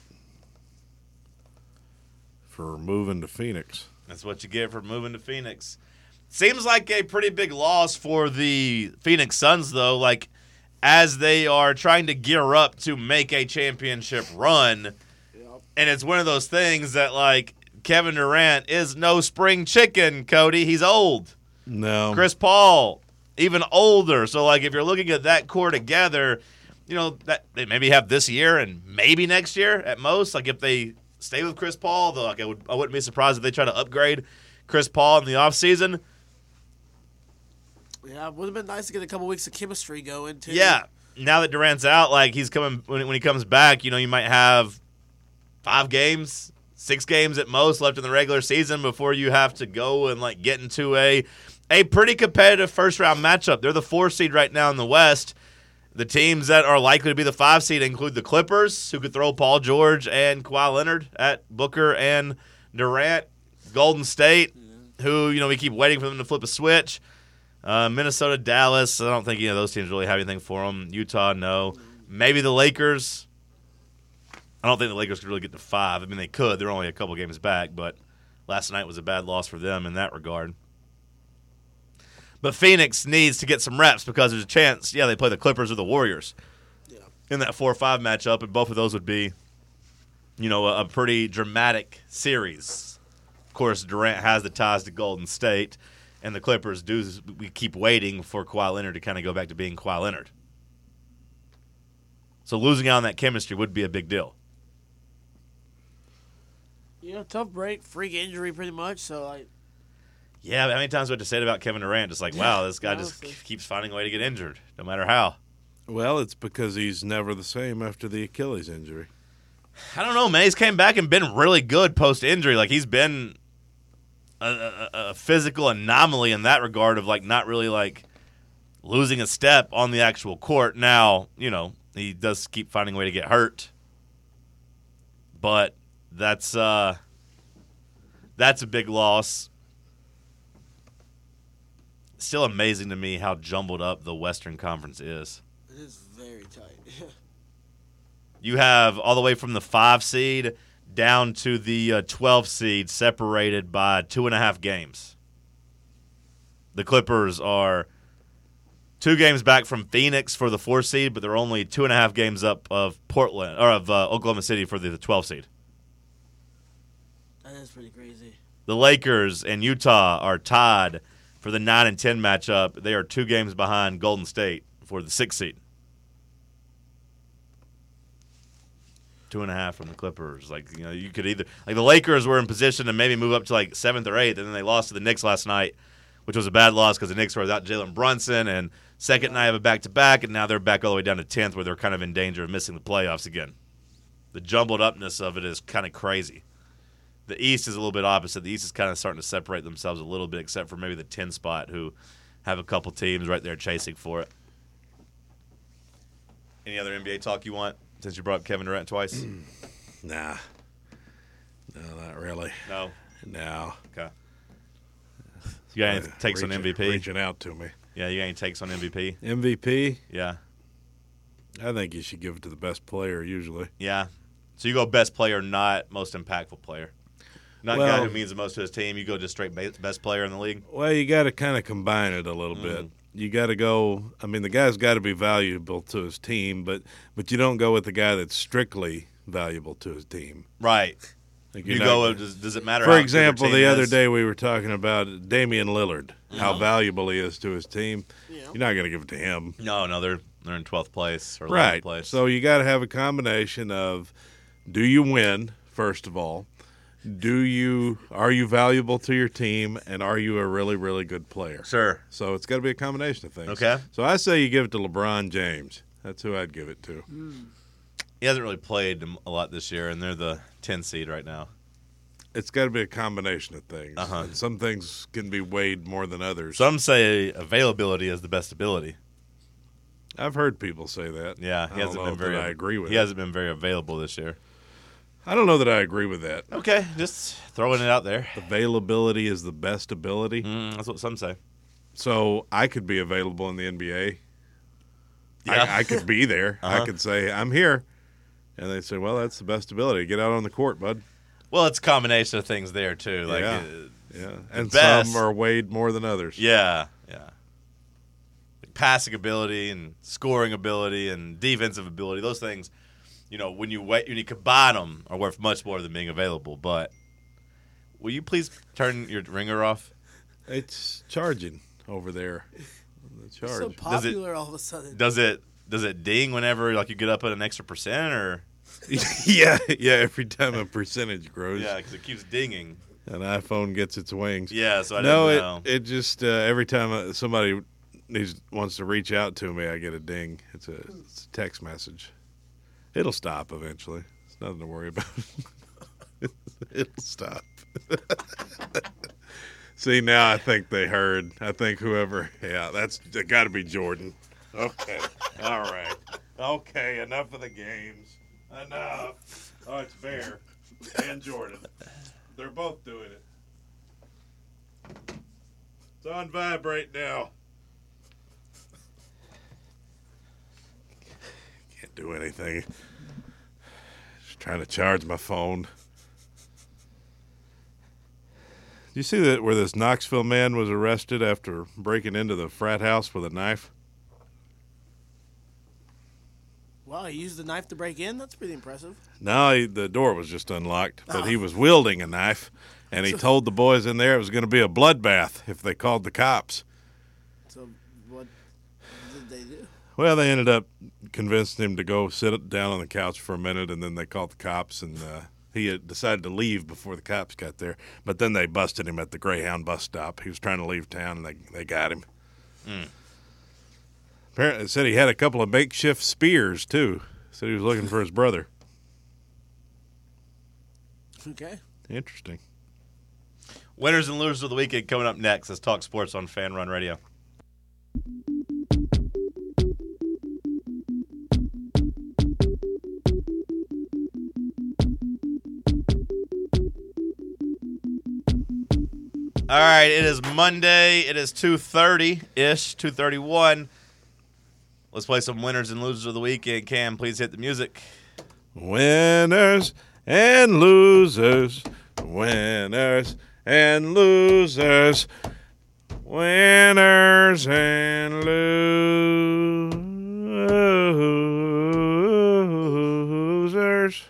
[SPEAKER 4] for moving to Phoenix.
[SPEAKER 3] That's what you get for moving to Phoenix. Seems like a pretty big loss for the Phoenix Suns, though. Like, as they are trying to gear up to make a championship run. And it's one of those things that, like, Kevin Durant is no spring chicken, Cody. He's old.
[SPEAKER 4] No.
[SPEAKER 3] Chris Paul, even older. So, like, if you're looking at that core together, you know, that they maybe have this year and maybe next year at most. Like, if they stay with Chris Paul, though, like, I, would, I wouldn't be surprised if they try to upgrade Chris Paul in the offseason.
[SPEAKER 5] Yeah, it would have been nice to get a couple weeks of chemistry going too.
[SPEAKER 3] Yeah. Now that Durant's out, like, he's coming, when, when he comes back, you know, you might have five games, six games at most left in the regular season before you have to go and, like, get into a. A pretty competitive first round matchup. They're the four seed right now in the West. The teams that are likely to be the five seed include the Clippers, who could throw Paul George and Kawhi Leonard at Booker and Durant. Golden State, who you know we keep waiting for them to flip a switch. Uh, Minnesota, Dallas. I don't think any of those teams really have anything for them. Utah, no. Maybe the Lakers. I don't think the Lakers could really get to five. I mean, they could. They're only a couple games back, but last night was a bad loss for them in that regard. But Phoenix needs to get some reps because there's a chance, yeah, they play the Clippers or the Warriors
[SPEAKER 5] Yeah.
[SPEAKER 3] in that 4 5 matchup, and both of those would be, you know, a, a pretty dramatic series. Of course, Durant has the ties to Golden State, and the Clippers do. We keep waiting for Kawhi Leonard to kind of go back to being Kawhi Leonard. So losing out on that chemistry would be a big deal.
[SPEAKER 5] Yeah, tough break, freak injury pretty much. So like,
[SPEAKER 3] Yeah, but how many times we have to say it about Kevin Durant? It's like, wow, this guy just
[SPEAKER 5] Honestly.
[SPEAKER 3] keeps finding a way to get injured, no matter how.
[SPEAKER 4] Well, it's because he's never the same after the Achilles injury.
[SPEAKER 3] I don't know, man. He's came back and been really good post injury. Like he's been a, a, a- a physical anomaly in that regard of like not really like losing a step on the actual court. Now you know he does keep finding a way to get hurt, but that's uh that's a big loss. Still amazing to me how jumbled up the Western Conference is.
[SPEAKER 5] it is very tight. *laughs*
[SPEAKER 3] You have all the way from the five seed down to the uh, 12 seed, separated by two and a half games. The Clippers are two games back from Phoenix for the four seed, but they're only two and a half games up of Portland or of uh, Oklahoma City for the, the 12 seed.
[SPEAKER 5] that is pretty crazy.
[SPEAKER 3] The Lakers and Utah are tied for the 9 and 10 matchup. They are two games behind Golden State for the 6 seed. Two and a half from the Clippers. Like, you know, you could either. Like, the Lakers were in position to maybe move up to like seventh or eighth, and then they lost to the Knicks last night, which was a bad loss because the Knicks were without Jalen Brunson, and second night of a back to back, and now they're back all the way down to 10th where they're kind of in danger of missing the playoffs again. The jumbled upness of it is kind of crazy the East is a little bit opposite. The East is kind of starting to separate themselves a little bit, except for maybe the ten spot, who have a couple teams right there chasing for it. Any other NBA talk you want? Since you brought up Kevin Durant
[SPEAKER 4] *clears throat*
[SPEAKER 3] twice,
[SPEAKER 4] Nah. No, not really.
[SPEAKER 3] no.
[SPEAKER 4] No.
[SPEAKER 3] Okay. You got
[SPEAKER 4] Uh,
[SPEAKER 3] any takes on
[SPEAKER 4] Reaching-
[SPEAKER 3] MVP?
[SPEAKER 4] Reaching out to me.
[SPEAKER 3] Yeah, you got any takes on MVP?
[SPEAKER 4] MVP,
[SPEAKER 3] Yeah,
[SPEAKER 4] I think you should give it to the best player usually.
[SPEAKER 3] yeah. So you go best player, not most impactful player, not the guy
[SPEAKER 4] Well-
[SPEAKER 3] who means the most to his team. You go just straight ba- best player in the league.
[SPEAKER 4] Well, you got to kind of combine it a little bit. You got to go. I mean, the guy's got to be valuable to his team, but but you don't go with the guy that's strictly valuable to his team.
[SPEAKER 3] Right.
[SPEAKER 4] Like,
[SPEAKER 3] You
[SPEAKER 4] you're not
[SPEAKER 3] go.
[SPEAKER 4] gonna-
[SPEAKER 3] Does, does it matter? how good
[SPEAKER 4] For
[SPEAKER 3] your
[SPEAKER 4] example,
[SPEAKER 3] team
[SPEAKER 4] the other
[SPEAKER 3] is? Uh-huh.
[SPEAKER 4] day we were talking about Damian Lillard, how valuable he is to his team.
[SPEAKER 5] Yeah.
[SPEAKER 4] You're not going to give it to him,
[SPEAKER 3] No, no, they're they're in twelfth place or 11th
[SPEAKER 4] right?
[SPEAKER 3] place.
[SPEAKER 4] So you got to have a combination of do you win first of all, do you are you valuable to your team and are you a really really good player?
[SPEAKER 3] Sure.
[SPEAKER 4] So it's got to be a combination of things.
[SPEAKER 3] Okay.
[SPEAKER 4] So I say you give it to LeBron James. That's who I'd give it to.
[SPEAKER 3] He hasn't really played m- a lot this year, and they're the 10 seed right now.
[SPEAKER 4] It's got to be a combination of things.
[SPEAKER 3] Uh-huh.
[SPEAKER 4] And some things can be weighed more than others.
[SPEAKER 3] Some say availability is the best ability.
[SPEAKER 4] I've heard people say that.
[SPEAKER 3] Yeah,
[SPEAKER 4] I
[SPEAKER 3] he
[SPEAKER 4] don't
[SPEAKER 3] hasn't
[SPEAKER 4] know
[SPEAKER 3] been
[SPEAKER 4] that
[SPEAKER 3] very.
[SPEAKER 4] I agree with.
[SPEAKER 3] He
[SPEAKER 4] it.
[SPEAKER 3] hasn't been very available this year.
[SPEAKER 4] I don't know that I agree with that.
[SPEAKER 3] Okay, just throwing it out there.
[SPEAKER 4] Availability is the best ability.
[SPEAKER 3] Mm, that's what some say.
[SPEAKER 4] So I could be available in the NBA.
[SPEAKER 3] Yeah.
[SPEAKER 4] I, I could be there.
[SPEAKER 3] *laughs* Uh-huh.
[SPEAKER 4] I could say I'm here, and they say, "Well, that's the best ability. Get out on the court, bud."
[SPEAKER 3] Well, it's a combination of things there too. Like,
[SPEAKER 4] Yeah.
[SPEAKER 3] uh,
[SPEAKER 4] Yeah, and
[SPEAKER 3] best.
[SPEAKER 4] some are weighed more than others.
[SPEAKER 3] yeah, yeah. Like passing ability and scoring ability and defensive ability. Those things, you know, when you wait, when you combine them, are worth much more than being available. But will you please turn your ringer off?
[SPEAKER 4] It's charging over there. The charge.
[SPEAKER 5] *laughs*
[SPEAKER 4] *laughs*
[SPEAKER 5] So
[SPEAKER 3] Does it-
[SPEAKER 5] popular all of a sudden.
[SPEAKER 3] Does it? Does it ding whenever like you get up at an extra percent or?
[SPEAKER 4] yeah, yeah. Every time a percentage grows,
[SPEAKER 3] Yeah, because it keeps dinging.
[SPEAKER 4] an iPhone gets its wings.
[SPEAKER 3] Yeah, so I
[SPEAKER 4] no,
[SPEAKER 3] didn't
[SPEAKER 4] it
[SPEAKER 3] know.
[SPEAKER 4] it just uh, every time uh, somebody needs wants to reach out to me, I get a ding. It's a, it's a text message. It'll stop eventually. It's nothing to worry *laughs* about. It'll stop. *laughs* See now, I think they heard. I think whoever, yeah, that's it. Got to be Jordan. Okay, all right, okay. Enough of the games. Enough. Oh, it's Bear and Jordan. They're both doing it. It's on vibrate now. Can't do anything. Just trying to charge my phone. Do you see that where this Knoxville man was arrested after breaking into the frat house with a knife?
[SPEAKER 5] Wow, he used a knife to break in. That's pretty impressive.
[SPEAKER 4] No, he, the door was just unlocked, but he was wielding a knife, and he told the boys in there it was going to be a bloodbath if they called the cops.
[SPEAKER 5] So what did they do?
[SPEAKER 4] Well, they ended up convincing him to go sit down on the couch for a minute, and then they called the cops, and uh, he had decided to leave before the cops got there. But then they busted him at the Greyhound bus stop. He was trying to leave town, and they, they got him. Apparently, it said he had a couple of makeshift spears, too. Said he was looking for his brother.
[SPEAKER 5] Okay.
[SPEAKER 4] Interesting.
[SPEAKER 3] Winners and losers of the weekend coming up next. Let's talk sports on Fan Run Radio. All right, it is Monday. It is 2.30-ish, 2.31. Let's play some winners and losers of the weekend. Cam, please hit the music.
[SPEAKER 4] Winners and losers. Winners and losers. Winners and losers.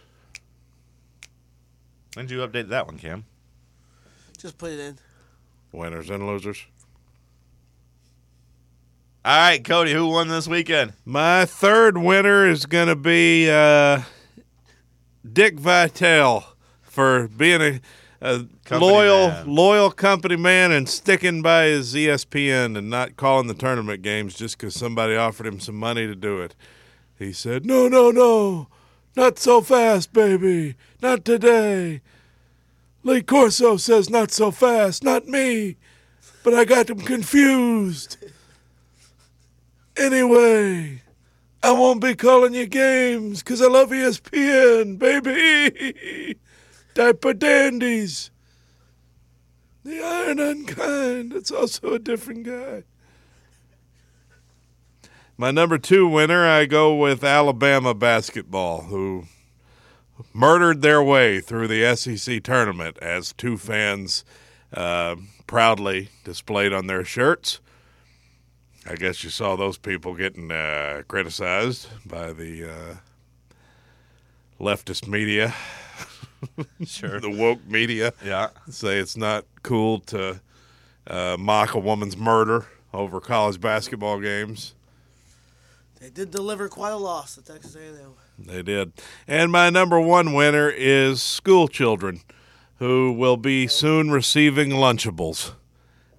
[SPEAKER 3] When did you update that one, Cam?
[SPEAKER 5] Just put it in.
[SPEAKER 4] Winners and losers.
[SPEAKER 3] All right, Cody, who won this weekend?
[SPEAKER 4] My third winner is going to be uh, Dick Vitale for being a, a
[SPEAKER 3] Company
[SPEAKER 4] loyal
[SPEAKER 3] man.
[SPEAKER 4] loyal company man and sticking by his E ESPN and not calling the tournament games just because somebody offered him some money to do it. He said, "No, no, no, not so fast, baby, not today." Lee Corso says, "Not so fast, not me," but I got him confused. Anyway, I won't be calling you games 'cause I love E ESPN, baby. *laughs* Diaper Dandies. The Iron Unkind. That's also a different guy. My number two winner, I go with Alabama basketball, who murdered their way through the SEC tournament as two fans uh, proudly displayed on their shirts. I guess you saw those people getting uh, criticized by the uh, leftist media, *laughs*
[SPEAKER 3] Sure.
[SPEAKER 4] the woke media.
[SPEAKER 3] Yeah.
[SPEAKER 4] Say it's not cool to uh, mock a woman's murder over college basketball games.
[SPEAKER 5] They did deliver quite a loss at *laughs* Texas A&M.
[SPEAKER 4] They did. And my number one winner is school children who will be soon receiving Lunchables.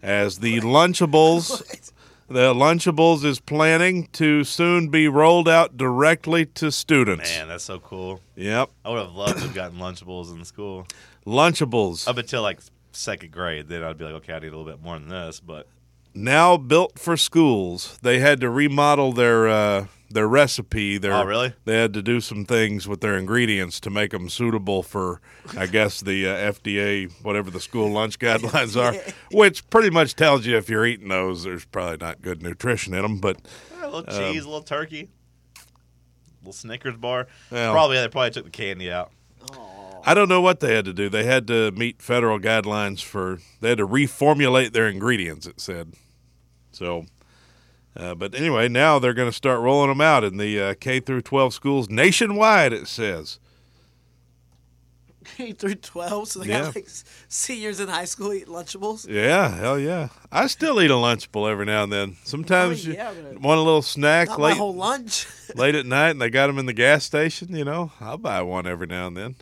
[SPEAKER 4] As the Lunchables, the Lunchables is planning to soon be rolled out directly to students.
[SPEAKER 3] Man, that's so cool.
[SPEAKER 4] Yep.
[SPEAKER 3] I would have loved to have gotten Lunchables in school
[SPEAKER 4] Lunchables.
[SPEAKER 3] up until like second grade. Then I'd be like, okay, I need a little bit more than this. But
[SPEAKER 4] now built for schools. They had to remodel their uh, their recipe. Their,
[SPEAKER 3] Oh, really?
[SPEAKER 4] They had to do some things with their ingredients to make them suitable for, I guess, the uh, FDA, whatever the school lunch guidelines are, which pretty much tells you if you're eating those, there's probably not good nutrition in them. But
[SPEAKER 3] eh, a
[SPEAKER 4] Um,
[SPEAKER 3] little cheese, a little turkey, a little Snickers bar.
[SPEAKER 4] Well.
[SPEAKER 3] probably they probably took the candy out.
[SPEAKER 4] I don't know what they had to do. They had to meet federal guidelines for. They had to reformulate their ingredients. It said so. Uh, but anyway, now they're going to start rolling them out in the uh, K through 12 schools nationwide. It says
[SPEAKER 5] K through 12, so they
[SPEAKER 4] Yeah.
[SPEAKER 5] got like s- seniors in high school eating Lunchables.
[SPEAKER 4] Yeah, hell yeah. I still eat a Lunchable every now and then. Sometimes
[SPEAKER 5] Oh,
[SPEAKER 4] you
[SPEAKER 5] yeah, but-
[SPEAKER 4] want a little snack
[SPEAKER 5] Not my
[SPEAKER 4] late,
[SPEAKER 5] whole *laughs* lunch.
[SPEAKER 4] late at night, and they got them in the gas station. You know, I'll buy one every now and then.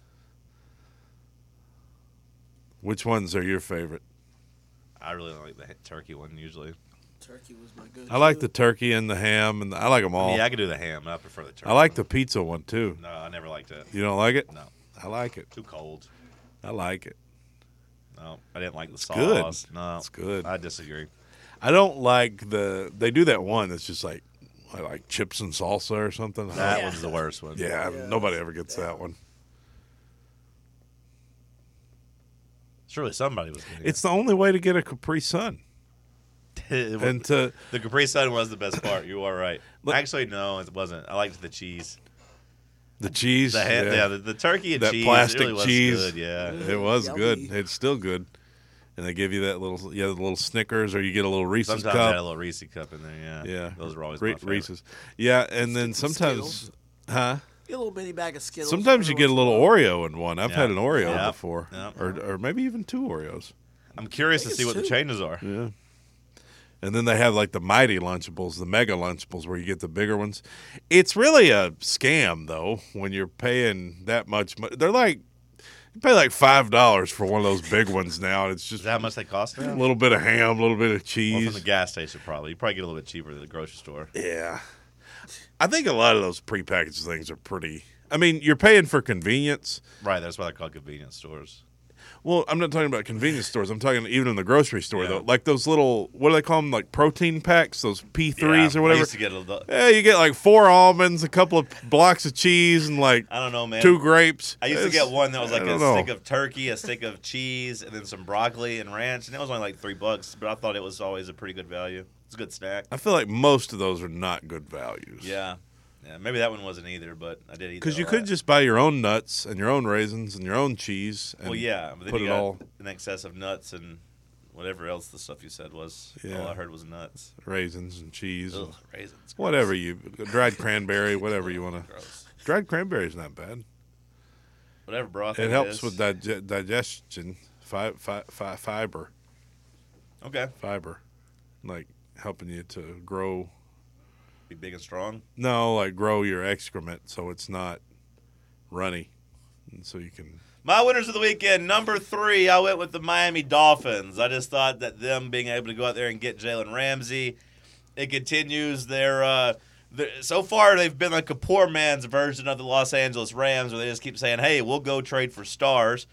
[SPEAKER 4] Which ones are your favorite?
[SPEAKER 3] I really don't like the ha- turkey one usually.
[SPEAKER 5] Turkey was my good.
[SPEAKER 4] I like the turkey and the ham, and the, I like them all.
[SPEAKER 3] Yeah, I could do the ham. but I prefer the turkey.
[SPEAKER 4] Oh. I like the
[SPEAKER 3] one.
[SPEAKER 4] pizza one too.
[SPEAKER 3] No, I never liked it.
[SPEAKER 4] You don't like it?
[SPEAKER 3] No,
[SPEAKER 4] I like it.
[SPEAKER 3] too cold.
[SPEAKER 4] I like it.
[SPEAKER 3] No, I didn't like the
[SPEAKER 4] good.
[SPEAKER 3] sauce. No,
[SPEAKER 4] It's good.
[SPEAKER 3] I disagree.
[SPEAKER 4] I don't like the. They do that one that's just like, I like chips and salsa or something. I
[SPEAKER 3] That
[SPEAKER 4] don't-
[SPEAKER 3] one's the worst one.
[SPEAKER 4] yeah,
[SPEAKER 5] Yeah.
[SPEAKER 4] nobody ever gets that one.
[SPEAKER 3] surely somebody was. gonna
[SPEAKER 4] It's the only way to get a Capri Sun.
[SPEAKER 3] get it.
[SPEAKER 4] And to
[SPEAKER 3] The Capri Sun was the best part. You are right.
[SPEAKER 4] Look-
[SPEAKER 3] Actually, no, it wasn't. I liked the cheese.
[SPEAKER 4] the cheese.
[SPEAKER 3] The
[SPEAKER 4] *laughs*
[SPEAKER 3] hand, yeah.
[SPEAKER 4] yeah.
[SPEAKER 3] the, the turkey and
[SPEAKER 4] That
[SPEAKER 3] cheese.
[SPEAKER 4] plastic
[SPEAKER 3] it really was
[SPEAKER 4] cheese.
[SPEAKER 3] Good, yeah.
[SPEAKER 4] It was
[SPEAKER 5] Yummy.
[SPEAKER 4] good. It's still good. And they give you that little, yeah, the little Snickers, or you get a little Reese's
[SPEAKER 3] Sometimes I
[SPEAKER 4] cup.
[SPEAKER 3] had a little Reese cup in there. Yeah.
[SPEAKER 4] yeah,
[SPEAKER 3] Those were always
[SPEAKER 4] Re-
[SPEAKER 3] my favorite.
[SPEAKER 4] Reese's. Yeah, and then sometimes,
[SPEAKER 5] Skittles.
[SPEAKER 4] huh?
[SPEAKER 5] Get a little mini bag of Skittles.
[SPEAKER 4] Sometimes you
[SPEAKER 5] every
[SPEAKER 4] get a
[SPEAKER 5] once
[SPEAKER 4] little
[SPEAKER 5] in while.
[SPEAKER 4] Oreo in one. I've
[SPEAKER 3] Yeah.
[SPEAKER 4] had an Oreo
[SPEAKER 3] Yeah.
[SPEAKER 4] before,
[SPEAKER 3] Yeah.
[SPEAKER 4] or or maybe even two Oreos.
[SPEAKER 3] I'm curious to
[SPEAKER 5] think
[SPEAKER 3] see
[SPEAKER 5] it's
[SPEAKER 3] what the
[SPEAKER 5] two.
[SPEAKER 3] changes are.
[SPEAKER 4] Yeah. And then they have like the mighty Lunchables, the mega Lunchables, where you get the bigger ones. It's really a scam though when you're paying that much money. They're like you pay like five dollars for one of those big ones now. and It's
[SPEAKER 3] Is
[SPEAKER 4] just
[SPEAKER 3] that how much they cost
[SPEAKER 4] a
[SPEAKER 3] now?
[SPEAKER 4] little bit of ham, a little
[SPEAKER 3] Well,
[SPEAKER 4] bit of
[SPEAKER 3] from the
[SPEAKER 4] cheese.
[SPEAKER 3] gas station, probably. You probably get a little bit cheaper at the grocery store.
[SPEAKER 4] yeah, I think a lot of those prepackaged things are pretty. I mean, you're paying for convenience.
[SPEAKER 3] Right. That's why they call convenience stores.
[SPEAKER 4] Well, I'm not talking about convenience stores. I'm talking even in the grocery store
[SPEAKER 3] Yeah.
[SPEAKER 4] though. Like those little what do they call them? Like protein packs, those P3s
[SPEAKER 3] Yeah,
[SPEAKER 4] or
[SPEAKER 3] I
[SPEAKER 4] whatever.
[SPEAKER 3] used to get a little-
[SPEAKER 4] Yeah, you get like four almonds, a couple of blocks of cheese, and like
[SPEAKER 3] I don't know, man.
[SPEAKER 4] two grapes.
[SPEAKER 3] I used to
[SPEAKER 4] It's-
[SPEAKER 3] get one that was like
[SPEAKER 4] I
[SPEAKER 3] a
[SPEAKER 4] don't know.
[SPEAKER 3] stick of turkey, a stick of cheese, and then some broccoli and ranch, and it was only like three bucks. But I thought it was always a pretty good value. It's a good snack.
[SPEAKER 4] I feel like most of those are not good values.
[SPEAKER 3] Yeah, yeah. Maybe that one wasn't either, but I did eat.
[SPEAKER 4] because
[SPEAKER 3] that
[SPEAKER 4] you
[SPEAKER 3] a
[SPEAKER 4] could
[SPEAKER 3] lot.
[SPEAKER 4] just buy your own nuts and your own raisins and your own cheese. And
[SPEAKER 3] Well, yeah, but then
[SPEAKER 4] put
[SPEAKER 3] you
[SPEAKER 4] it
[SPEAKER 3] got
[SPEAKER 4] all
[SPEAKER 3] an excess of nuts and whatever else the stuff you said was.
[SPEAKER 4] Yeah.
[SPEAKER 3] All I heard was nuts.
[SPEAKER 4] raisins and cheese, and
[SPEAKER 3] Ugh, raisins. Gross.
[SPEAKER 4] whatever you dried cranberry, whatever you want to.
[SPEAKER 3] Gross.
[SPEAKER 4] Dried cranberry's not bad.
[SPEAKER 3] Whatever broth.
[SPEAKER 4] It helps with
[SPEAKER 3] that.
[SPEAKER 4] dig- digestion, fi- fi- fi- fiber,
[SPEAKER 3] Okay.
[SPEAKER 4] fiber, like helping you to grow.
[SPEAKER 3] Be big and strong.
[SPEAKER 4] No, like grow your excrement so it's not runny, and so you can.
[SPEAKER 3] My winners of the weekend, number three, I went with the Miami Dolphins. I just thought that them being able to go out there and get Jalen Ramsey, it continues their. Uh, their- so far, they've been like a poor man's version of the Los Angeles Rams, where they just keep saying, "Hey, we'll go trade for stars,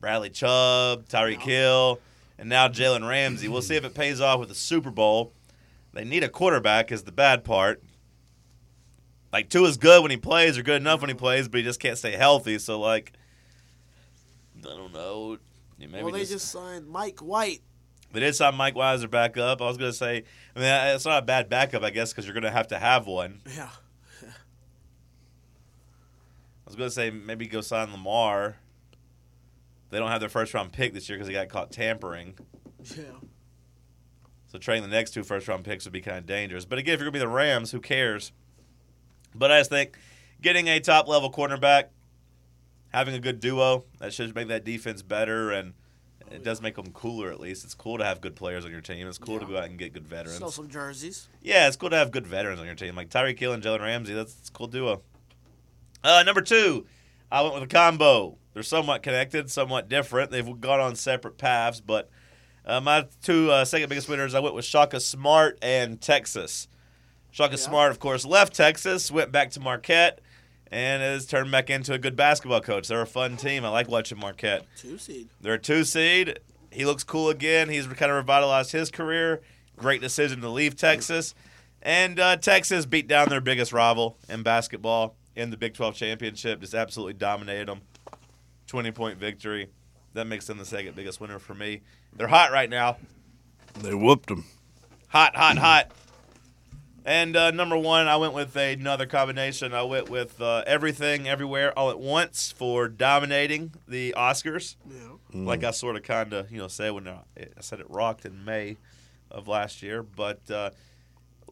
[SPEAKER 3] Bradley Chubb, Tyreek Hill, and now Jalen Ramsey." We'll see if it pays off with the Super Bowl. They need a quarterback, is the bad part. Like two is good when he plays, or good enough when he plays, but he just can't stay healthy. So like, I don't know. You Maybe
[SPEAKER 5] Well, they
[SPEAKER 3] just,
[SPEAKER 5] just, signed Mike White.
[SPEAKER 3] they did sign Mike Weiser back up. I was gonna say, I mean, I- it's not a bad backup, I guess, because you're gonna have to have one.
[SPEAKER 5] Yeah.
[SPEAKER 3] I was gonna say maybe go sign Lamar. They don't have their first round pick this year because they got caught tampering.
[SPEAKER 5] Yeah.
[SPEAKER 3] So trading the next two first round picks would be kind of dangerous. But again, if you're going to be the Rams, who cares? But I just think getting a top level cornerback, having a good duo, that should make that defense better and it does make them cooler at least. It's cool to have good players on your team. It's cool to
[SPEAKER 5] Yeah.
[SPEAKER 3] go out and get good
[SPEAKER 5] Sell
[SPEAKER 3] veterans.
[SPEAKER 5] some jerseys.
[SPEAKER 3] Yeah, it's cool to have good veterans on your team. Like Tyreek Hill and Jalen Ramsey, that's, that's a cool duo. Uh, number two, I went with a combo. They're somewhat connected, somewhat different. They've gone on separate paths, but uh, my two uh, second biggest winners, I went with Shaka Smart and Texas. Shaka Smart, of course, left Texas, went back to Marquette, and has turned back into a good basketball coach. They're a fun team. I like watching Marquette.
[SPEAKER 5] Two seed.
[SPEAKER 3] They're a two seed. He looks cool again. He's kind of revitalized his career. Great decision to leave Texas. And uh, Texas beat down their biggest rival in basketball in the Big 12 championship. Just absolutely dominated them. 20 point victory. That makes them the second biggest winner for me. They're hot right now.
[SPEAKER 4] They whooped them.
[SPEAKER 3] Hot, hot, hot. And uh, number one, I went with another combination. I went with uh, everything, everywhere, all at once for dominating the Oscars
[SPEAKER 5] Yeah.
[SPEAKER 3] like I sort of kind of you know said when I I said it rocked in May of last year, but uh,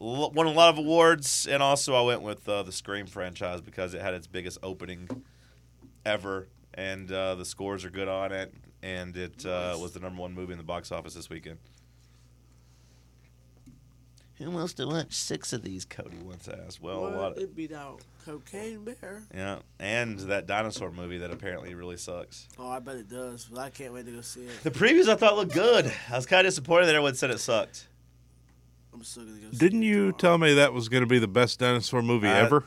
[SPEAKER 3] l- won a lot of awards, and also I went with uh, the Scream franchise because it had its biggest opening ever, and uh, the scores are good on it, and it uh, was the number one movie in the box office this weekend. Who wants to watch six of these? Cody once asked. Well, a lot.
[SPEAKER 5] What?
[SPEAKER 3] Of,
[SPEAKER 5] It beat out Cocaine Bear.
[SPEAKER 3] yeah, and that dinosaur movie that apparently really sucks.
[SPEAKER 5] Oh, I bet it does, but I can't wait to go see it.
[SPEAKER 3] The previews I thought looked good. I was kind of disappointed that everyone said it sucked. *laughs*
[SPEAKER 5] I'm still gonna go. see
[SPEAKER 4] Didn't
[SPEAKER 5] it
[SPEAKER 4] you
[SPEAKER 5] tomorrow.
[SPEAKER 4] tell me that was going to be the best dinosaur movie
[SPEAKER 3] I-
[SPEAKER 4] ever?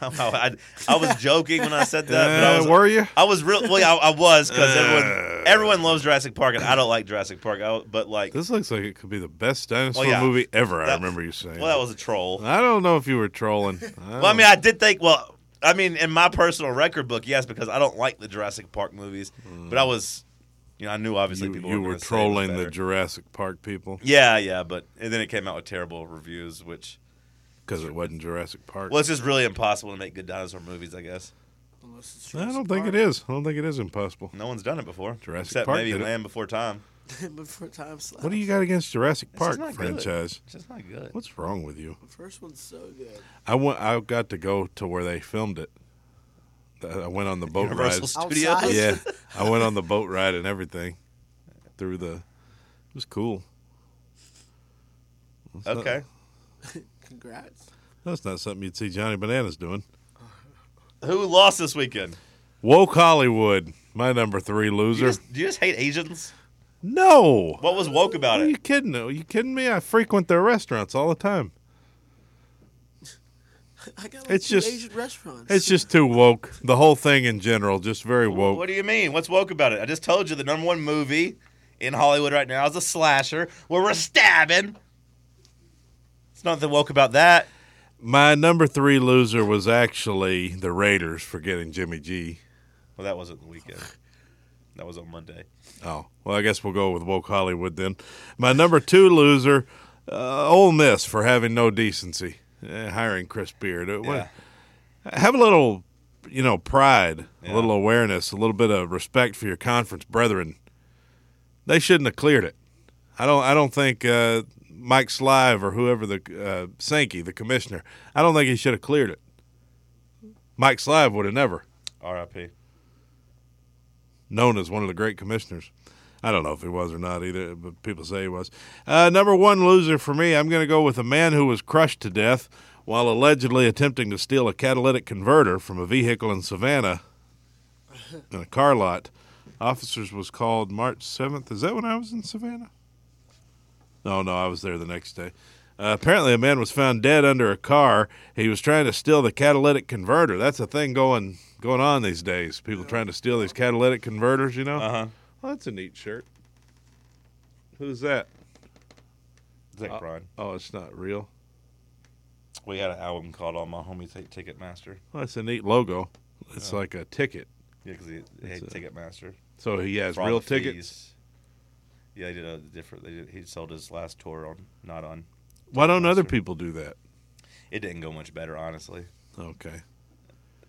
[SPEAKER 3] I, I was joking when I said that. but I
[SPEAKER 4] Uh,
[SPEAKER 3] was,
[SPEAKER 4] were you?
[SPEAKER 3] I was real. Well, yeah, I, I was because
[SPEAKER 4] Uh.
[SPEAKER 3] everyone everyone loves Jurassic Park, and I don't like Jurassic Park. I, but like,
[SPEAKER 4] This looks like it could be the best dinosaur
[SPEAKER 3] yeah.
[SPEAKER 4] movie ever. I
[SPEAKER 3] That-
[SPEAKER 4] remember you saying.
[SPEAKER 3] well, that was a troll.
[SPEAKER 4] I don't know if you were trolling.
[SPEAKER 3] *laughs* Well, I
[SPEAKER 4] don't-
[SPEAKER 3] mean, I did think. Well, I mean, in my personal record book, yes, because I don't like the Jurassic Park movies. But I was, you know, I knew obviously
[SPEAKER 4] Mm. you,
[SPEAKER 3] people
[SPEAKER 4] you
[SPEAKER 3] were,
[SPEAKER 4] were trolling the Jurassic Park people
[SPEAKER 3] yeah, yeah, but and then it came out with terrible reviews, which
[SPEAKER 4] because it wasn't Jurassic Park.
[SPEAKER 3] well, it's just really impossible to make good dinosaur movies. I guess
[SPEAKER 5] Unless it's
[SPEAKER 4] I don't
[SPEAKER 5] Jurassic
[SPEAKER 4] think it
[SPEAKER 5] Park.
[SPEAKER 4] is. I don't think it is impossible.
[SPEAKER 3] no one's done it before,
[SPEAKER 4] Jurassic
[SPEAKER 3] except
[SPEAKER 4] Park
[SPEAKER 3] maybe
[SPEAKER 4] did it.
[SPEAKER 3] Land Before Time.
[SPEAKER 5] *laughs* Before time slaps.
[SPEAKER 4] What do you got against Jurassic
[SPEAKER 3] It's just
[SPEAKER 4] Park
[SPEAKER 3] not good.
[SPEAKER 4] franchise?
[SPEAKER 3] It's just not good.
[SPEAKER 4] What's wrong with you?
[SPEAKER 5] The first one's so good.
[SPEAKER 4] I went. I got to go to where they filmed it. I went on the boat
[SPEAKER 3] Universal
[SPEAKER 4] ride.
[SPEAKER 3] Studios.
[SPEAKER 5] Outside?
[SPEAKER 4] yeah,
[SPEAKER 3] *laughs*
[SPEAKER 4] I went on the boat ride and everything through the. It was cool. That's not-
[SPEAKER 3] Okay.
[SPEAKER 5] Congrats.
[SPEAKER 4] that's not something you'd see Johnny Bananas doing.
[SPEAKER 3] Who lost this weekend?
[SPEAKER 4] Woke Hollywood, my number three
[SPEAKER 3] Do
[SPEAKER 4] loser.
[SPEAKER 3] you, just, do you just hate Asians?
[SPEAKER 4] no.
[SPEAKER 3] What was woke about
[SPEAKER 4] Are you
[SPEAKER 3] it?
[SPEAKER 4] kidding? Are you kidding me? I frequent their restaurants all the time.
[SPEAKER 5] *laughs* I got like
[SPEAKER 4] It's
[SPEAKER 5] two
[SPEAKER 4] just-
[SPEAKER 5] Asian restaurants.
[SPEAKER 4] It's just too woke. The whole thing in general, just very woke.
[SPEAKER 3] What do you mean? What's woke about it? I just told you the number one movie in Hollywood right now is a slasher where we're stabbing. It's nothing woke about that.
[SPEAKER 4] My number three loser was actually the Raiders for getting Jimmy G.
[SPEAKER 3] Well, that wasn't the weekend. That was on Monday.
[SPEAKER 4] Oh, well, I guess we'll go with woke Hollywood then. My number two loser, uh, Ole Miss for having no decency, uh, hiring Chris Beard. Uh, what- Have a little, you know, pride,
[SPEAKER 3] Yeah.
[SPEAKER 4] a little awareness, a little bit of respect for your conference brethren. They shouldn't have cleared it. I don't. I don't think uh, Mike Slive or whoever the uh, Sankey, the commissioner, I don't think he should have cleared it. Mike Slive would have never
[SPEAKER 3] R.I.P.
[SPEAKER 4] known as one of the great commissioners. I don't know if he was or not either, but people say he was. Uh, number one loser for me, I'm going to go with a man who was crushed to death while allegedly attempting to steal a catalytic converter from a vehicle in Savannah in a car lot. Officers was called March 7th. Is that when I was in Savannah? No, no, I was there the next day. Uh, apparently, a man was found dead under a car. He was trying to steal the catalytic converter. That's a thing going going on these days. People trying to steal these catalytic converters, you know?
[SPEAKER 3] Uh huh.
[SPEAKER 4] Well, Oh, that's a neat shirt. Who's that?
[SPEAKER 3] Zach Bryan.
[SPEAKER 4] Oh, it's not real.
[SPEAKER 3] We had an album called "On My Homies Hate Ticketmaster."
[SPEAKER 4] Well, that's a neat logo. It's
[SPEAKER 3] Oh.
[SPEAKER 4] like a ticket.
[SPEAKER 3] Yeah, because he, he hates Ticketmaster.
[SPEAKER 4] So he has
[SPEAKER 3] for all
[SPEAKER 4] real
[SPEAKER 3] the
[SPEAKER 4] tickets.
[SPEAKER 3] fees. Yeah, he did a different. They did, he sold his last tour on not on.
[SPEAKER 4] Why don't other
[SPEAKER 3] Ticketmaster.
[SPEAKER 4] people do that?
[SPEAKER 3] It didn't go much better, honestly.
[SPEAKER 4] Okay.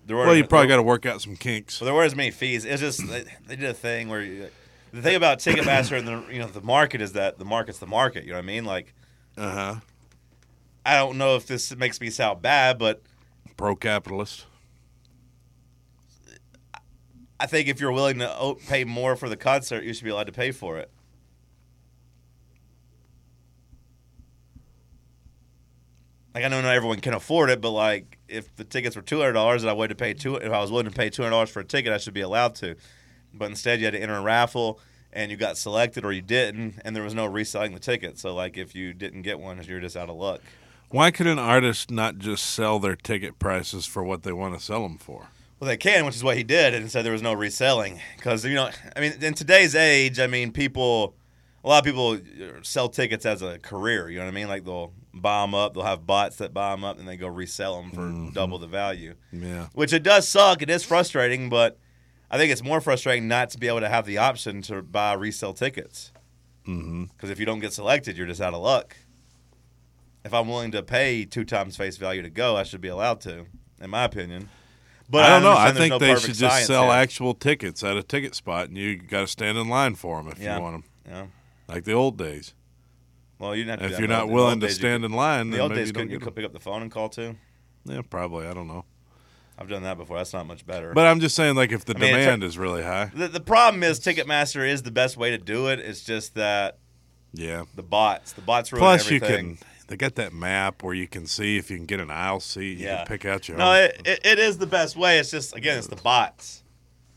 [SPEAKER 3] There
[SPEAKER 4] Well, you
[SPEAKER 3] weren't-
[SPEAKER 4] probably got to work out some kinks.
[SPEAKER 3] Well, there weren't as many fees. It's just they, they did a thing where you, the thing about Ticketmaster and the you know the market is that the market's the market. You know what I mean? Like
[SPEAKER 4] Uh huh.
[SPEAKER 3] I don't know if this makes me sound bad, but
[SPEAKER 4] Pro capitalist.
[SPEAKER 3] I think if you're willing to o- pay more for the concert, you should be allowed to pay for it. like I know not everyone can afford it, but like if the tickets were two hundred dollars and I wanted to pay two, if I was willing to pay two hundred dollars for a ticket, I should be allowed to. But instead, you had to enter a raffle, and you got selected or you didn't, and there was no reselling the ticket. So like if you didn't get one, you're just out of luck.
[SPEAKER 4] Why could an artist not just sell their ticket prices for what they want to sell them for?
[SPEAKER 3] Well, they can, which is what he did, and said there was no reselling because you know, I mean, in today's age, I mean, people, a lot of people uh, sell tickets as a career. You know what I mean? Like they'll buy them up, they'll have bots that buy them up, and they go resell them for double the value.
[SPEAKER 4] Yeah.
[SPEAKER 3] Which it does suck. It is frustrating, but I think it's more frustrating not to be able to have the option to buy resell tickets. Because mm-hmm. if you don't get selected, you're just out of luck. If I'm willing to pay two times face value to go, I should be allowed to, in my opinion. But
[SPEAKER 4] I don't know. I
[SPEAKER 3] understand there's
[SPEAKER 4] think
[SPEAKER 3] no
[SPEAKER 4] they
[SPEAKER 3] perfect
[SPEAKER 4] should just
[SPEAKER 3] science
[SPEAKER 4] sell
[SPEAKER 3] there.
[SPEAKER 4] actual tickets at a ticket spot, and you got to stand in line for them if
[SPEAKER 3] Yeah.
[SPEAKER 4] you want them,
[SPEAKER 3] Yeah.
[SPEAKER 4] like the old days.
[SPEAKER 3] Well, you didn't have to do
[SPEAKER 4] If
[SPEAKER 3] that
[SPEAKER 4] you're
[SPEAKER 3] in the
[SPEAKER 4] not
[SPEAKER 3] old- in the
[SPEAKER 4] willing
[SPEAKER 3] old
[SPEAKER 4] to
[SPEAKER 3] days, you
[SPEAKER 4] stand
[SPEAKER 3] could-
[SPEAKER 4] in line,
[SPEAKER 3] in
[SPEAKER 4] then
[SPEAKER 3] the old
[SPEAKER 4] maybe
[SPEAKER 3] days,
[SPEAKER 4] you don't
[SPEAKER 3] couldn't you
[SPEAKER 4] get 'em.
[SPEAKER 3] could pick up the phone and call too?
[SPEAKER 4] Yeah, probably. I don't know.
[SPEAKER 3] I've done that before. That's not much better.
[SPEAKER 4] But I'm just saying, like, if the
[SPEAKER 3] mean, it's
[SPEAKER 4] demand
[SPEAKER 3] like-
[SPEAKER 4] is really high,
[SPEAKER 3] the, the problem is Ticketmaster is the best way to do it. It's just that
[SPEAKER 4] yeah.
[SPEAKER 3] the bots, the bots ruin
[SPEAKER 4] Plus, you
[SPEAKER 3] everything.
[SPEAKER 4] can. They got that map where you can see if you can get an aisle seat. You
[SPEAKER 3] yeah,
[SPEAKER 4] can pick out your.
[SPEAKER 3] No,
[SPEAKER 4] own.
[SPEAKER 3] it, it, it is the best way. It's just again, it's the bots.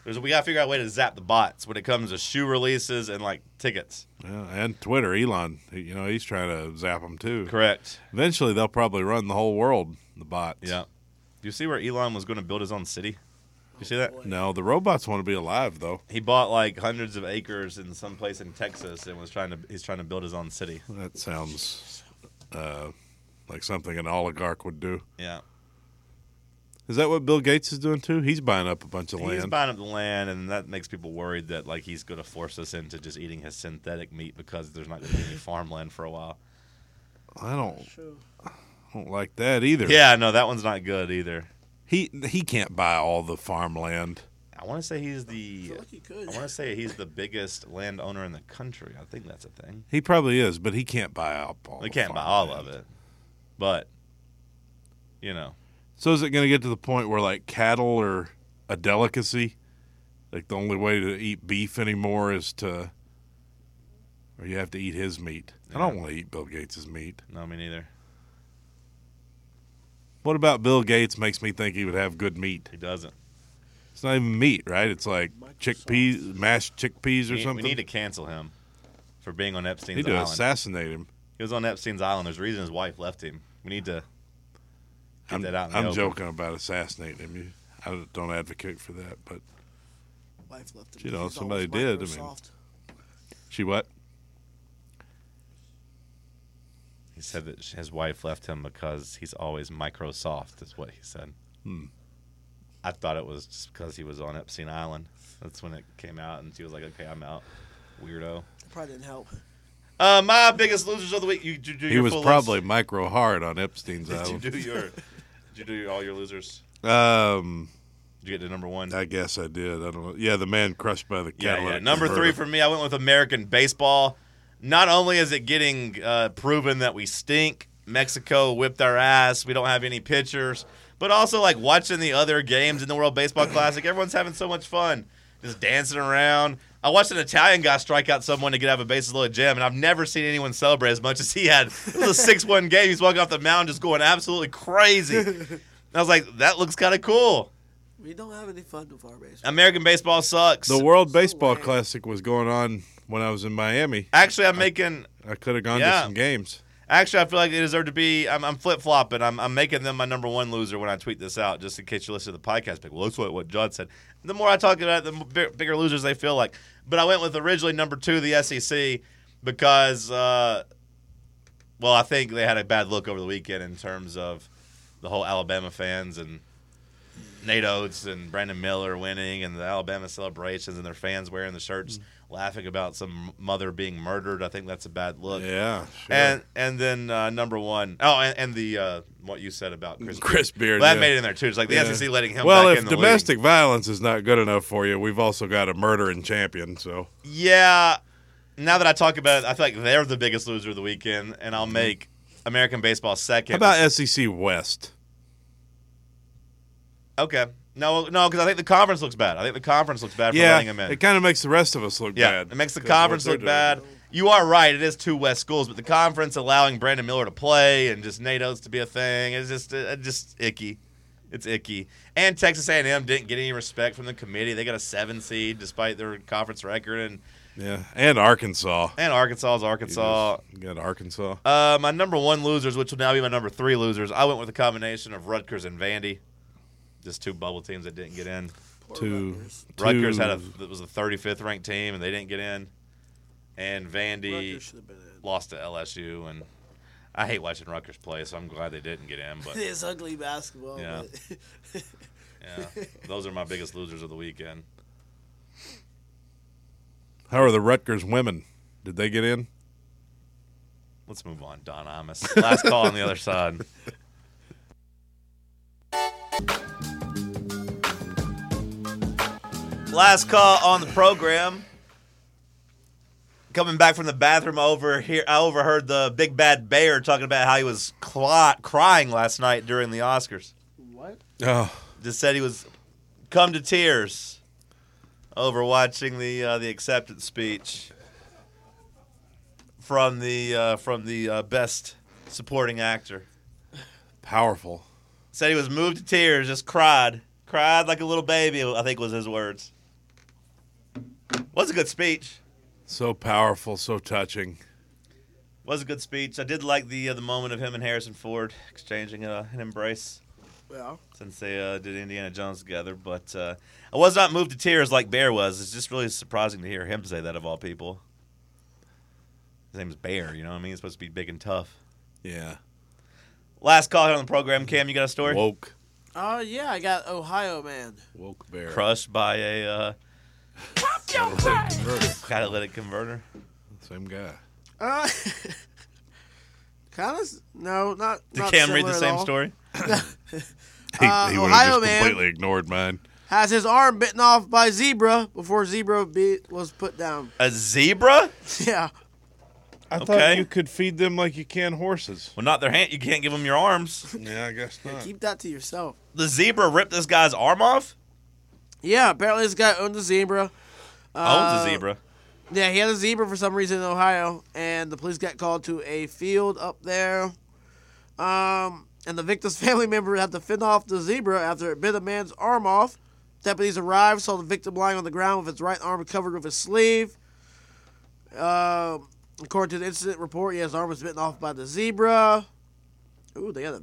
[SPEAKER 3] There's, we gotta figure out a way to zap the bots when it comes to shoe releases and like tickets.
[SPEAKER 4] Yeah, and Twitter, Elon. he- You know, he's trying to zap them too.
[SPEAKER 3] Correct.
[SPEAKER 4] Eventually, they'll probably run the whole world. The bots.
[SPEAKER 3] Yeah. You see where Elon was going to build his own city? You see that?
[SPEAKER 4] No, the robots want to be alive though.
[SPEAKER 3] He bought like hundreds of acres in some place in Texas and was trying to he's trying to build his own city.
[SPEAKER 4] That sounds uh, like something an oligarch would do.
[SPEAKER 3] Yeah.
[SPEAKER 4] Is that what Bill Gates is doing too? He's buying up a bunch of
[SPEAKER 3] He's
[SPEAKER 4] land.
[SPEAKER 3] buying up the land, and that makes people worried that like he's going to force us into just eating his synthetic meat because there's not going to be any farmland for a while.
[SPEAKER 4] I don't. I don't like that either.
[SPEAKER 3] Yeah, no, that one's not good either.
[SPEAKER 4] He he can't buy all the farmland.
[SPEAKER 3] I want to say he's
[SPEAKER 5] I
[SPEAKER 3] the.
[SPEAKER 5] feel like you
[SPEAKER 3] I
[SPEAKER 5] could.
[SPEAKER 3] want to say he's the biggest landowner in the country. I think that's a thing.
[SPEAKER 4] He probably is, but he can't buy up all.
[SPEAKER 3] We
[SPEAKER 4] the
[SPEAKER 3] can't buy all of
[SPEAKER 4] farmland.
[SPEAKER 3] it, but you know,
[SPEAKER 4] So is it going to get to the point where like cattle are a delicacy? Like the only way to eat beef anymore is to, or you have to eat his meat. I don't want to eat Bill Gates' meat.
[SPEAKER 3] no, me neither.
[SPEAKER 4] What about Bill Gates makes me think he would have good meat?
[SPEAKER 3] He doesn't.
[SPEAKER 4] It's not even meat, right? It's like chickpeas, mashed chickpeas or
[SPEAKER 3] We, we
[SPEAKER 4] something.
[SPEAKER 3] need to cancel him for being on
[SPEAKER 4] Need
[SPEAKER 3] Epstein's
[SPEAKER 4] to
[SPEAKER 3] island.
[SPEAKER 4] assassinate him.
[SPEAKER 3] he was on Epstein's island. There's a reason his wife left him. We need to get
[SPEAKER 4] I'm,
[SPEAKER 3] that out. In the
[SPEAKER 4] I'm
[SPEAKER 3] open.
[SPEAKER 4] joking about assassinating him. You- I don't advocate for that, but
[SPEAKER 5] Wife left him.
[SPEAKER 4] You know,
[SPEAKER 5] She's
[SPEAKER 4] somebody
[SPEAKER 5] always
[SPEAKER 4] did, I mean-
[SPEAKER 5] Microsoft.
[SPEAKER 4] she what?
[SPEAKER 3] He said that sh- his wife left him because he's always Microsoft, is what he said.
[SPEAKER 4] Hmm.
[SPEAKER 3] I thought it was just because he was on Epstein Island. That's when it came out, and she was like, okay, I'm out. Weirdo.
[SPEAKER 5] That probably didn't help.
[SPEAKER 3] Uh, my biggest losers of the week. You, you do
[SPEAKER 4] He
[SPEAKER 3] your
[SPEAKER 4] was
[SPEAKER 3] full
[SPEAKER 4] probably micro hard on Epstein's
[SPEAKER 3] List. *laughs* Did
[SPEAKER 4] island.
[SPEAKER 3] you do your? Did you do your, all your losers?
[SPEAKER 4] Um,
[SPEAKER 3] Did you get to number one?
[SPEAKER 4] I guess I did. I don't know. Yeah, the man crushed by the
[SPEAKER 3] yeah,
[SPEAKER 4] Cadillac.
[SPEAKER 3] yeah. Number three
[SPEAKER 4] converter.
[SPEAKER 3] for me, I went with American baseball. Not only is it getting uh, proven that we stink, Mexico whipped our ass, we don't have any pitchers, but also like watching the other games in the World
[SPEAKER 4] *clears throat*
[SPEAKER 3] Baseball Classic, everyone's having so much fun, just dancing around. I watched an Italian guy strike out someone to get out of a bases loaded jam, and I've never seen anyone celebrate as much as he had. It
[SPEAKER 4] *laughs*
[SPEAKER 3] was a six-one game. He's walking off the mound, just going absolutely
[SPEAKER 4] *laughs*
[SPEAKER 3] crazy. And I was like, that looks kind of cool.
[SPEAKER 5] We don't have any fun with our baseball.
[SPEAKER 3] American baseball sucks.
[SPEAKER 4] The World Baseball
[SPEAKER 5] lame.
[SPEAKER 4] Classic was going on when I was in Miami.
[SPEAKER 3] Actually, I'm making.
[SPEAKER 4] I could have gone
[SPEAKER 3] Yeah.
[SPEAKER 4] to some games.
[SPEAKER 3] Actually, I feel like they deserve to be. I'm, I'm flip flopping. I'm, I'm making them my number one loser when I tweet this out, just in case you listen to the podcast. Like, well, that's what, what John said. The more I talk about it, the m- big- bigger losers they feel like. But I went with originally number two, the SEC, because, uh, well, I think they had a bad look over the weekend in terms of the whole Alabama fans and Nate Oates and Brandon Miller winning and the Alabama celebrations and their fans wearing the shirts laughing about some mother being murdered. I think that's a bad look.
[SPEAKER 4] Yeah, sure.
[SPEAKER 3] And and then uh, number one, oh, and, and the uh, what you said about Chris,
[SPEAKER 4] Chris Beard,
[SPEAKER 3] Well, that
[SPEAKER 4] yeah.
[SPEAKER 3] made it in there too. It's like the
[SPEAKER 4] Yeah.
[SPEAKER 3] SEC letting him.
[SPEAKER 4] Well,
[SPEAKER 3] back
[SPEAKER 4] if
[SPEAKER 3] in the league.
[SPEAKER 4] domestic violence is not good enough for you, we've also got a murdering champion. So
[SPEAKER 3] yeah. Now that I talk about it, I feel like they're the biggest loser of the weekend, and I'll make American baseball second.
[SPEAKER 4] Mm-hmm. how about SEC West?
[SPEAKER 3] okay? No, no, because I think the conference looks bad. I think the conference looks bad for
[SPEAKER 4] Yeah,
[SPEAKER 3] letting him in.
[SPEAKER 4] it kind of makes the rest of us look
[SPEAKER 3] yeah,
[SPEAKER 4] bad.
[SPEAKER 3] it makes the
[SPEAKER 4] because of what
[SPEAKER 3] conference
[SPEAKER 4] they're
[SPEAKER 3] look
[SPEAKER 4] doing.
[SPEAKER 3] bad. you are right. It is two West schools, but the conference allowing Brandon Miller to play and just NATO's to be a thing is just uh, just icky. It's icky. And Texas A&M didn't get any respect from the committee. They got a seven seed despite their conference record, and
[SPEAKER 4] Yeah, and Arkansas.
[SPEAKER 3] and Arkansas is
[SPEAKER 4] You
[SPEAKER 3] Arkansas.
[SPEAKER 4] just got Arkansas.
[SPEAKER 3] Uh, my number one losers, which will now be my number three losers, I went with a combination of Rutgers and Vandy. Just two bubble teams that didn't get in.
[SPEAKER 4] two, two-
[SPEAKER 3] Rutgers had a that was a 35th ranked team and they didn't get in. And Vandy
[SPEAKER 5] Rutgers should have been in. *laughs*
[SPEAKER 3] lost to LSU and I hate watching Rutgers play, so I'm glad they didn't get in. But
[SPEAKER 5] It is ugly basketball.
[SPEAKER 3] Yeah.
[SPEAKER 5] But *laughs*
[SPEAKER 3] *laughs* yeah, those are my biggest losers of the weekend.
[SPEAKER 4] How are the Rutgers women? Did they get in?
[SPEAKER 3] Let's move on, Don Amos. Last call on the other side. Last call on the program. Coming back from the bathroom over here, I overheard the big bad bear talking about how he was cl- crying last night during the Oscars.
[SPEAKER 5] what?
[SPEAKER 4] Oh,
[SPEAKER 3] Just said he was come to tears over watching the uh, the acceptance speech from the uh, from the uh, best supporting actor.
[SPEAKER 4] powerful.
[SPEAKER 3] Said he was moved to tears, just cried, cried like a little baby. I think was his words. Was a good speech.
[SPEAKER 4] So powerful, so touching.
[SPEAKER 3] Was a good speech. I did like the uh, the moment of him and Harrison Ford exchanging uh, an embrace.
[SPEAKER 5] Well,
[SPEAKER 3] since they uh, did Indiana Jones together. But uh, I was not moved to tears like Bear was. It's just really surprising to hear him say that of all people. His name's Bear. You know what I mean? He's supposed to be big and tough.
[SPEAKER 4] Yeah.
[SPEAKER 3] Last call here on the program, Cam. You got a story?
[SPEAKER 4] Woke.
[SPEAKER 5] oh yeah, I got Ohio man.
[SPEAKER 4] Woke bear.
[SPEAKER 3] Crushed by a uh, catalytic converter.
[SPEAKER 4] Same guy. *laughs*
[SPEAKER 5] Uh, *laughs* kind of no, not.
[SPEAKER 3] Did
[SPEAKER 5] not
[SPEAKER 3] Cam read
[SPEAKER 5] similar
[SPEAKER 3] the
[SPEAKER 5] at
[SPEAKER 3] same
[SPEAKER 5] all.
[SPEAKER 3] story?
[SPEAKER 4] He,
[SPEAKER 5] Uh,
[SPEAKER 4] he would have
[SPEAKER 5] Ohio
[SPEAKER 4] just
[SPEAKER 5] man.
[SPEAKER 4] completely ignored mine.
[SPEAKER 5] Has his arm bitten off by zebra before zebra beat was put down. *laughs*
[SPEAKER 3] A zebra?
[SPEAKER 5] Yeah.
[SPEAKER 4] I
[SPEAKER 3] Okay.
[SPEAKER 4] could feed them like you can horses.
[SPEAKER 3] Well, not their hand. You can't give them your arms.
[SPEAKER 4] Yeah, I guess not.
[SPEAKER 5] Keep that to yourself.
[SPEAKER 3] The zebra ripped this guy's arm off.
[SPEAKER 5] Yeah, apparently this guy owned a zebra. Uh,
[SPEAKER 3] Owns a zebra.
[SPEAKER 5] Yeah, he had a zebra for some reason in Ohio, and the police got called to a field up there. Um, and the victim's *laughs* family member had to fend off the zebra after it bit a man's arm off. Deputies arrived, saw the victim lying on the ground with his right arm covered with his sleeve. Um, according to the incident report, yeah, his arm was bitten off by the zebra. Ooh, they got a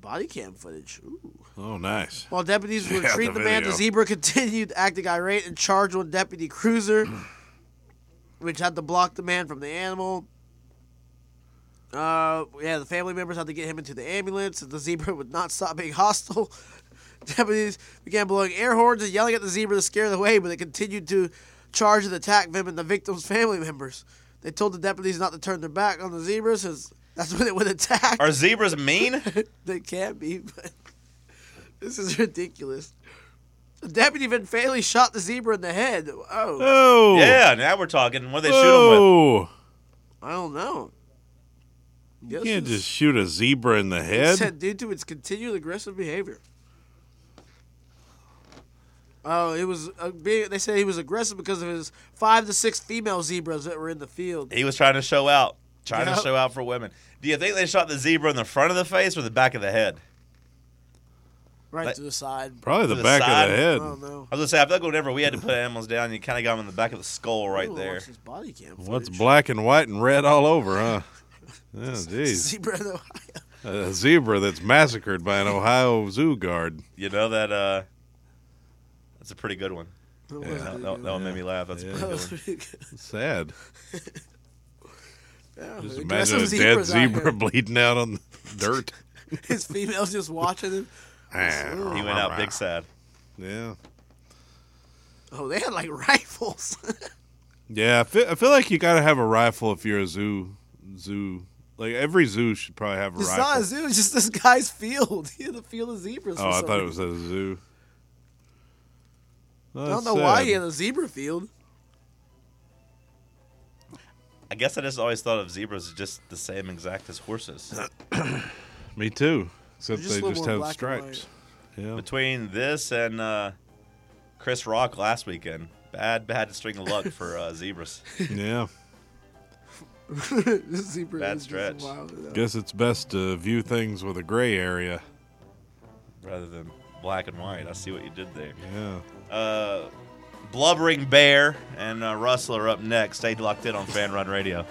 [SPEAKER 5] body cam footage. Ooh.
[SPEAKER 4] Oh, nice.
[SPEAKER 5] While deputies
[SPEAKER 4] *laughs*
[SPEAKER 5] would
[SPEAKER 4] Yeah,
[SPEAKER 5] treat
[SPEAKER 4] the
[SPEAKER 5] the, man, the
[SPEAKER 4] video.
[SPEAKER 5] zebra continued acting irate and charged on
[SPEAKER 4] *clears throat*
[SPEAKER 5] Deputy Cruiser, which had to block the man from the animal. Uh, yeah, the family members had to get him into the ambulance, and the zebra would not stop being hostile. *laughs* Deputies began blowing air horns and yelling at the zebra to scare it away, but it continued to charge and attack them and the victim's family members. They told the deputies not to turn their back on the zebra since that's when it would attack.
[SPEAKER 3] Are zebras
[SPEAKER 5] *laughs*
[SPEAKER 3] mean?
[SPEAKER 5] They can be, but *laughs* this is ridiculous. The deputy Van Faley shot the zebra in the head. Oh,
[SPEAKER 4] Oh.
[SPEAKER 3] yeah. Now we're talking. What they shoot him with?
[SPEAKER 4] Oh.
[SPEAKER 5] I don't know.
[SPEAKER 4] You
[SPEAKER 5] Guess
[SPEAKER 4] can't
[SPEAKER 5] it's-
[SPEAKER 4] just shoot a zebra in the
[SPEAKER 5] it
[SPEAKER 4] head.
[SPEAKER 5] said due to its continued aggressive behavior. Oh, it was. Uh, being, they said he was aggressive because of his five to six female zebras that were in the field.
[SPEAKER 3] He was trying to show out, trying to
[SPEAKER 5] Yep.
[SPEAKER 3] show out for women. Do you think they shot the zebra in the front of the face or the back of the head?
[SPEAKER 5] Right
[SPEAKER 3] Like-
[SPEAKER 5] to the side.
[SPEAKER 4] Probably
[SPEAKER 3] to
[SPEAKER 4] the,
[SPEAKER 3] the
[SPEAKER 4] back
[SPEAKER 3] side. Oh,
[SPEAKER 4] of the
[SPEAKER 5] I
[SPEAKER 4] head.
[SPEAKER 5] don't know.
[SPEAKER 3] I was gonna say, I feel like whenever we had to put animals down, you kind of got them in the back of the skull
[SPEAKER 5] I
[SPEAKER 3] right
[SPEAKER 5] wanna
[SPEAKER 3] there.
[SPEAKER 5] watch this body cam
[SPEAKER 4] What's
[SPEAKER 5] footage.
[SPEAKER 4] black and white and red all
[SPEAKER 3] *laughs*
[SPEAKER 4] over, huh? Oh, jeez.
[SPEAKER 5] *laughs* Zebra in Ohio.
[SPEAKER 4] A zebra that's massacred by an Ohio zoo guard.
[SPEAKER 3] You know that? uh That's a pretty good one.
[SPEAKER 5] That
[SPEAKER 3] That,
[SPEAKER 5] was
[SPEAKER 3] that-
[SPEAKER 5] *laughs* pretty
[SPEAKER 3] that
[SPEAKER 5] good.
[SPEAKER 3] one made me laugh. That's a
[SPEAKER 4] Yeah.
[SPEAKER 3] pretty
[SPEAKER 5] That
[SPEAKER 3] good
[SPEAKER 5] was
[SPEAKER 3] one.
[SPEAKER 5] pretty good.
[SPEAKER 4] Sad.
[SPEAKER 5] Yeah,
[SPEAKER 4] Just
[SPEAKER 5] we got
[SPEAKER 4] imagine
[SPEAKER 5] some
[SPEAKER 4] a dead
[SPEAKER 5] zebras out
[SPEAKER 4] zebra *laughs* bleeding out on the
[SPEAKER 5] *laughs*
[SPEAKER 4] dirt.
[SPEAKER 5] here. His females just watching him.
[SPEAKER 3] He went out
[SPEAKER 4] *laughs*
[SPEAKER 3] big sad.
[SPEAKER 4] Ah, Yeah.
[SPEAKER 5] Oh, they had like rifles. *laughs*
[SPEAKER 4] Yeah, I feel, I feel like you got to have a rifle if you're a zoo. Zoo. Like every zoo should probably have a
[SPEAKER 5] it's
[SPEAKER 4] rifle.
[SPEAKER 5] not a zoo. It's just this guy's field. *laughs* He had a field of zebras. for
[SPEAKER 4] Oh, I
[SPEAKER 5] some
[SPEAKER 4] thought it
[SPEAKER 5] reason.
[SPEAKER 4] was at a zoo.
[SPEAKER 5] I don't know why he
[SPEAKER 4] you.
[SPEAKER 5] had a zebra field. *laughs*
[SPEAKER 3] I guess I just always thought of zebras as just the same exact as horses.
[SPEAKER 4] Me too. Except
[SPEAKER 5] They're just
[SPEAKER 4] they
[SPEAKER 5] a little
[SPEAKER 4] just
[SPEAKER 5] more
[SPEAKER 4] have
[SPEAKER 5] black and white.
[SPEAKER 4] stripes. Yeah.
[SPEAKER 3] Between this and uh Chris Rock last weekend, bad, bad string of luck for uh, zebras.
[SPEAKER 4] yeah.
[SPEAKER 5] This zebra
[SPEAKER 3] Bad
[SPEAKER 5] is just
[SPEAKER 3] stretch.
[SPEAKER 5] wild. Yeah.
[SPEAKER 4] Guess it's best to view things with a gray area.
[SPEAKER 3] rather than black and white. I see what you did there.
[SPEAKER 4] Yeah.
[SPEAKER 3] Uh, Blubbering Bear and uh, Russell are up next. Stay locked in on Fan Run Radio.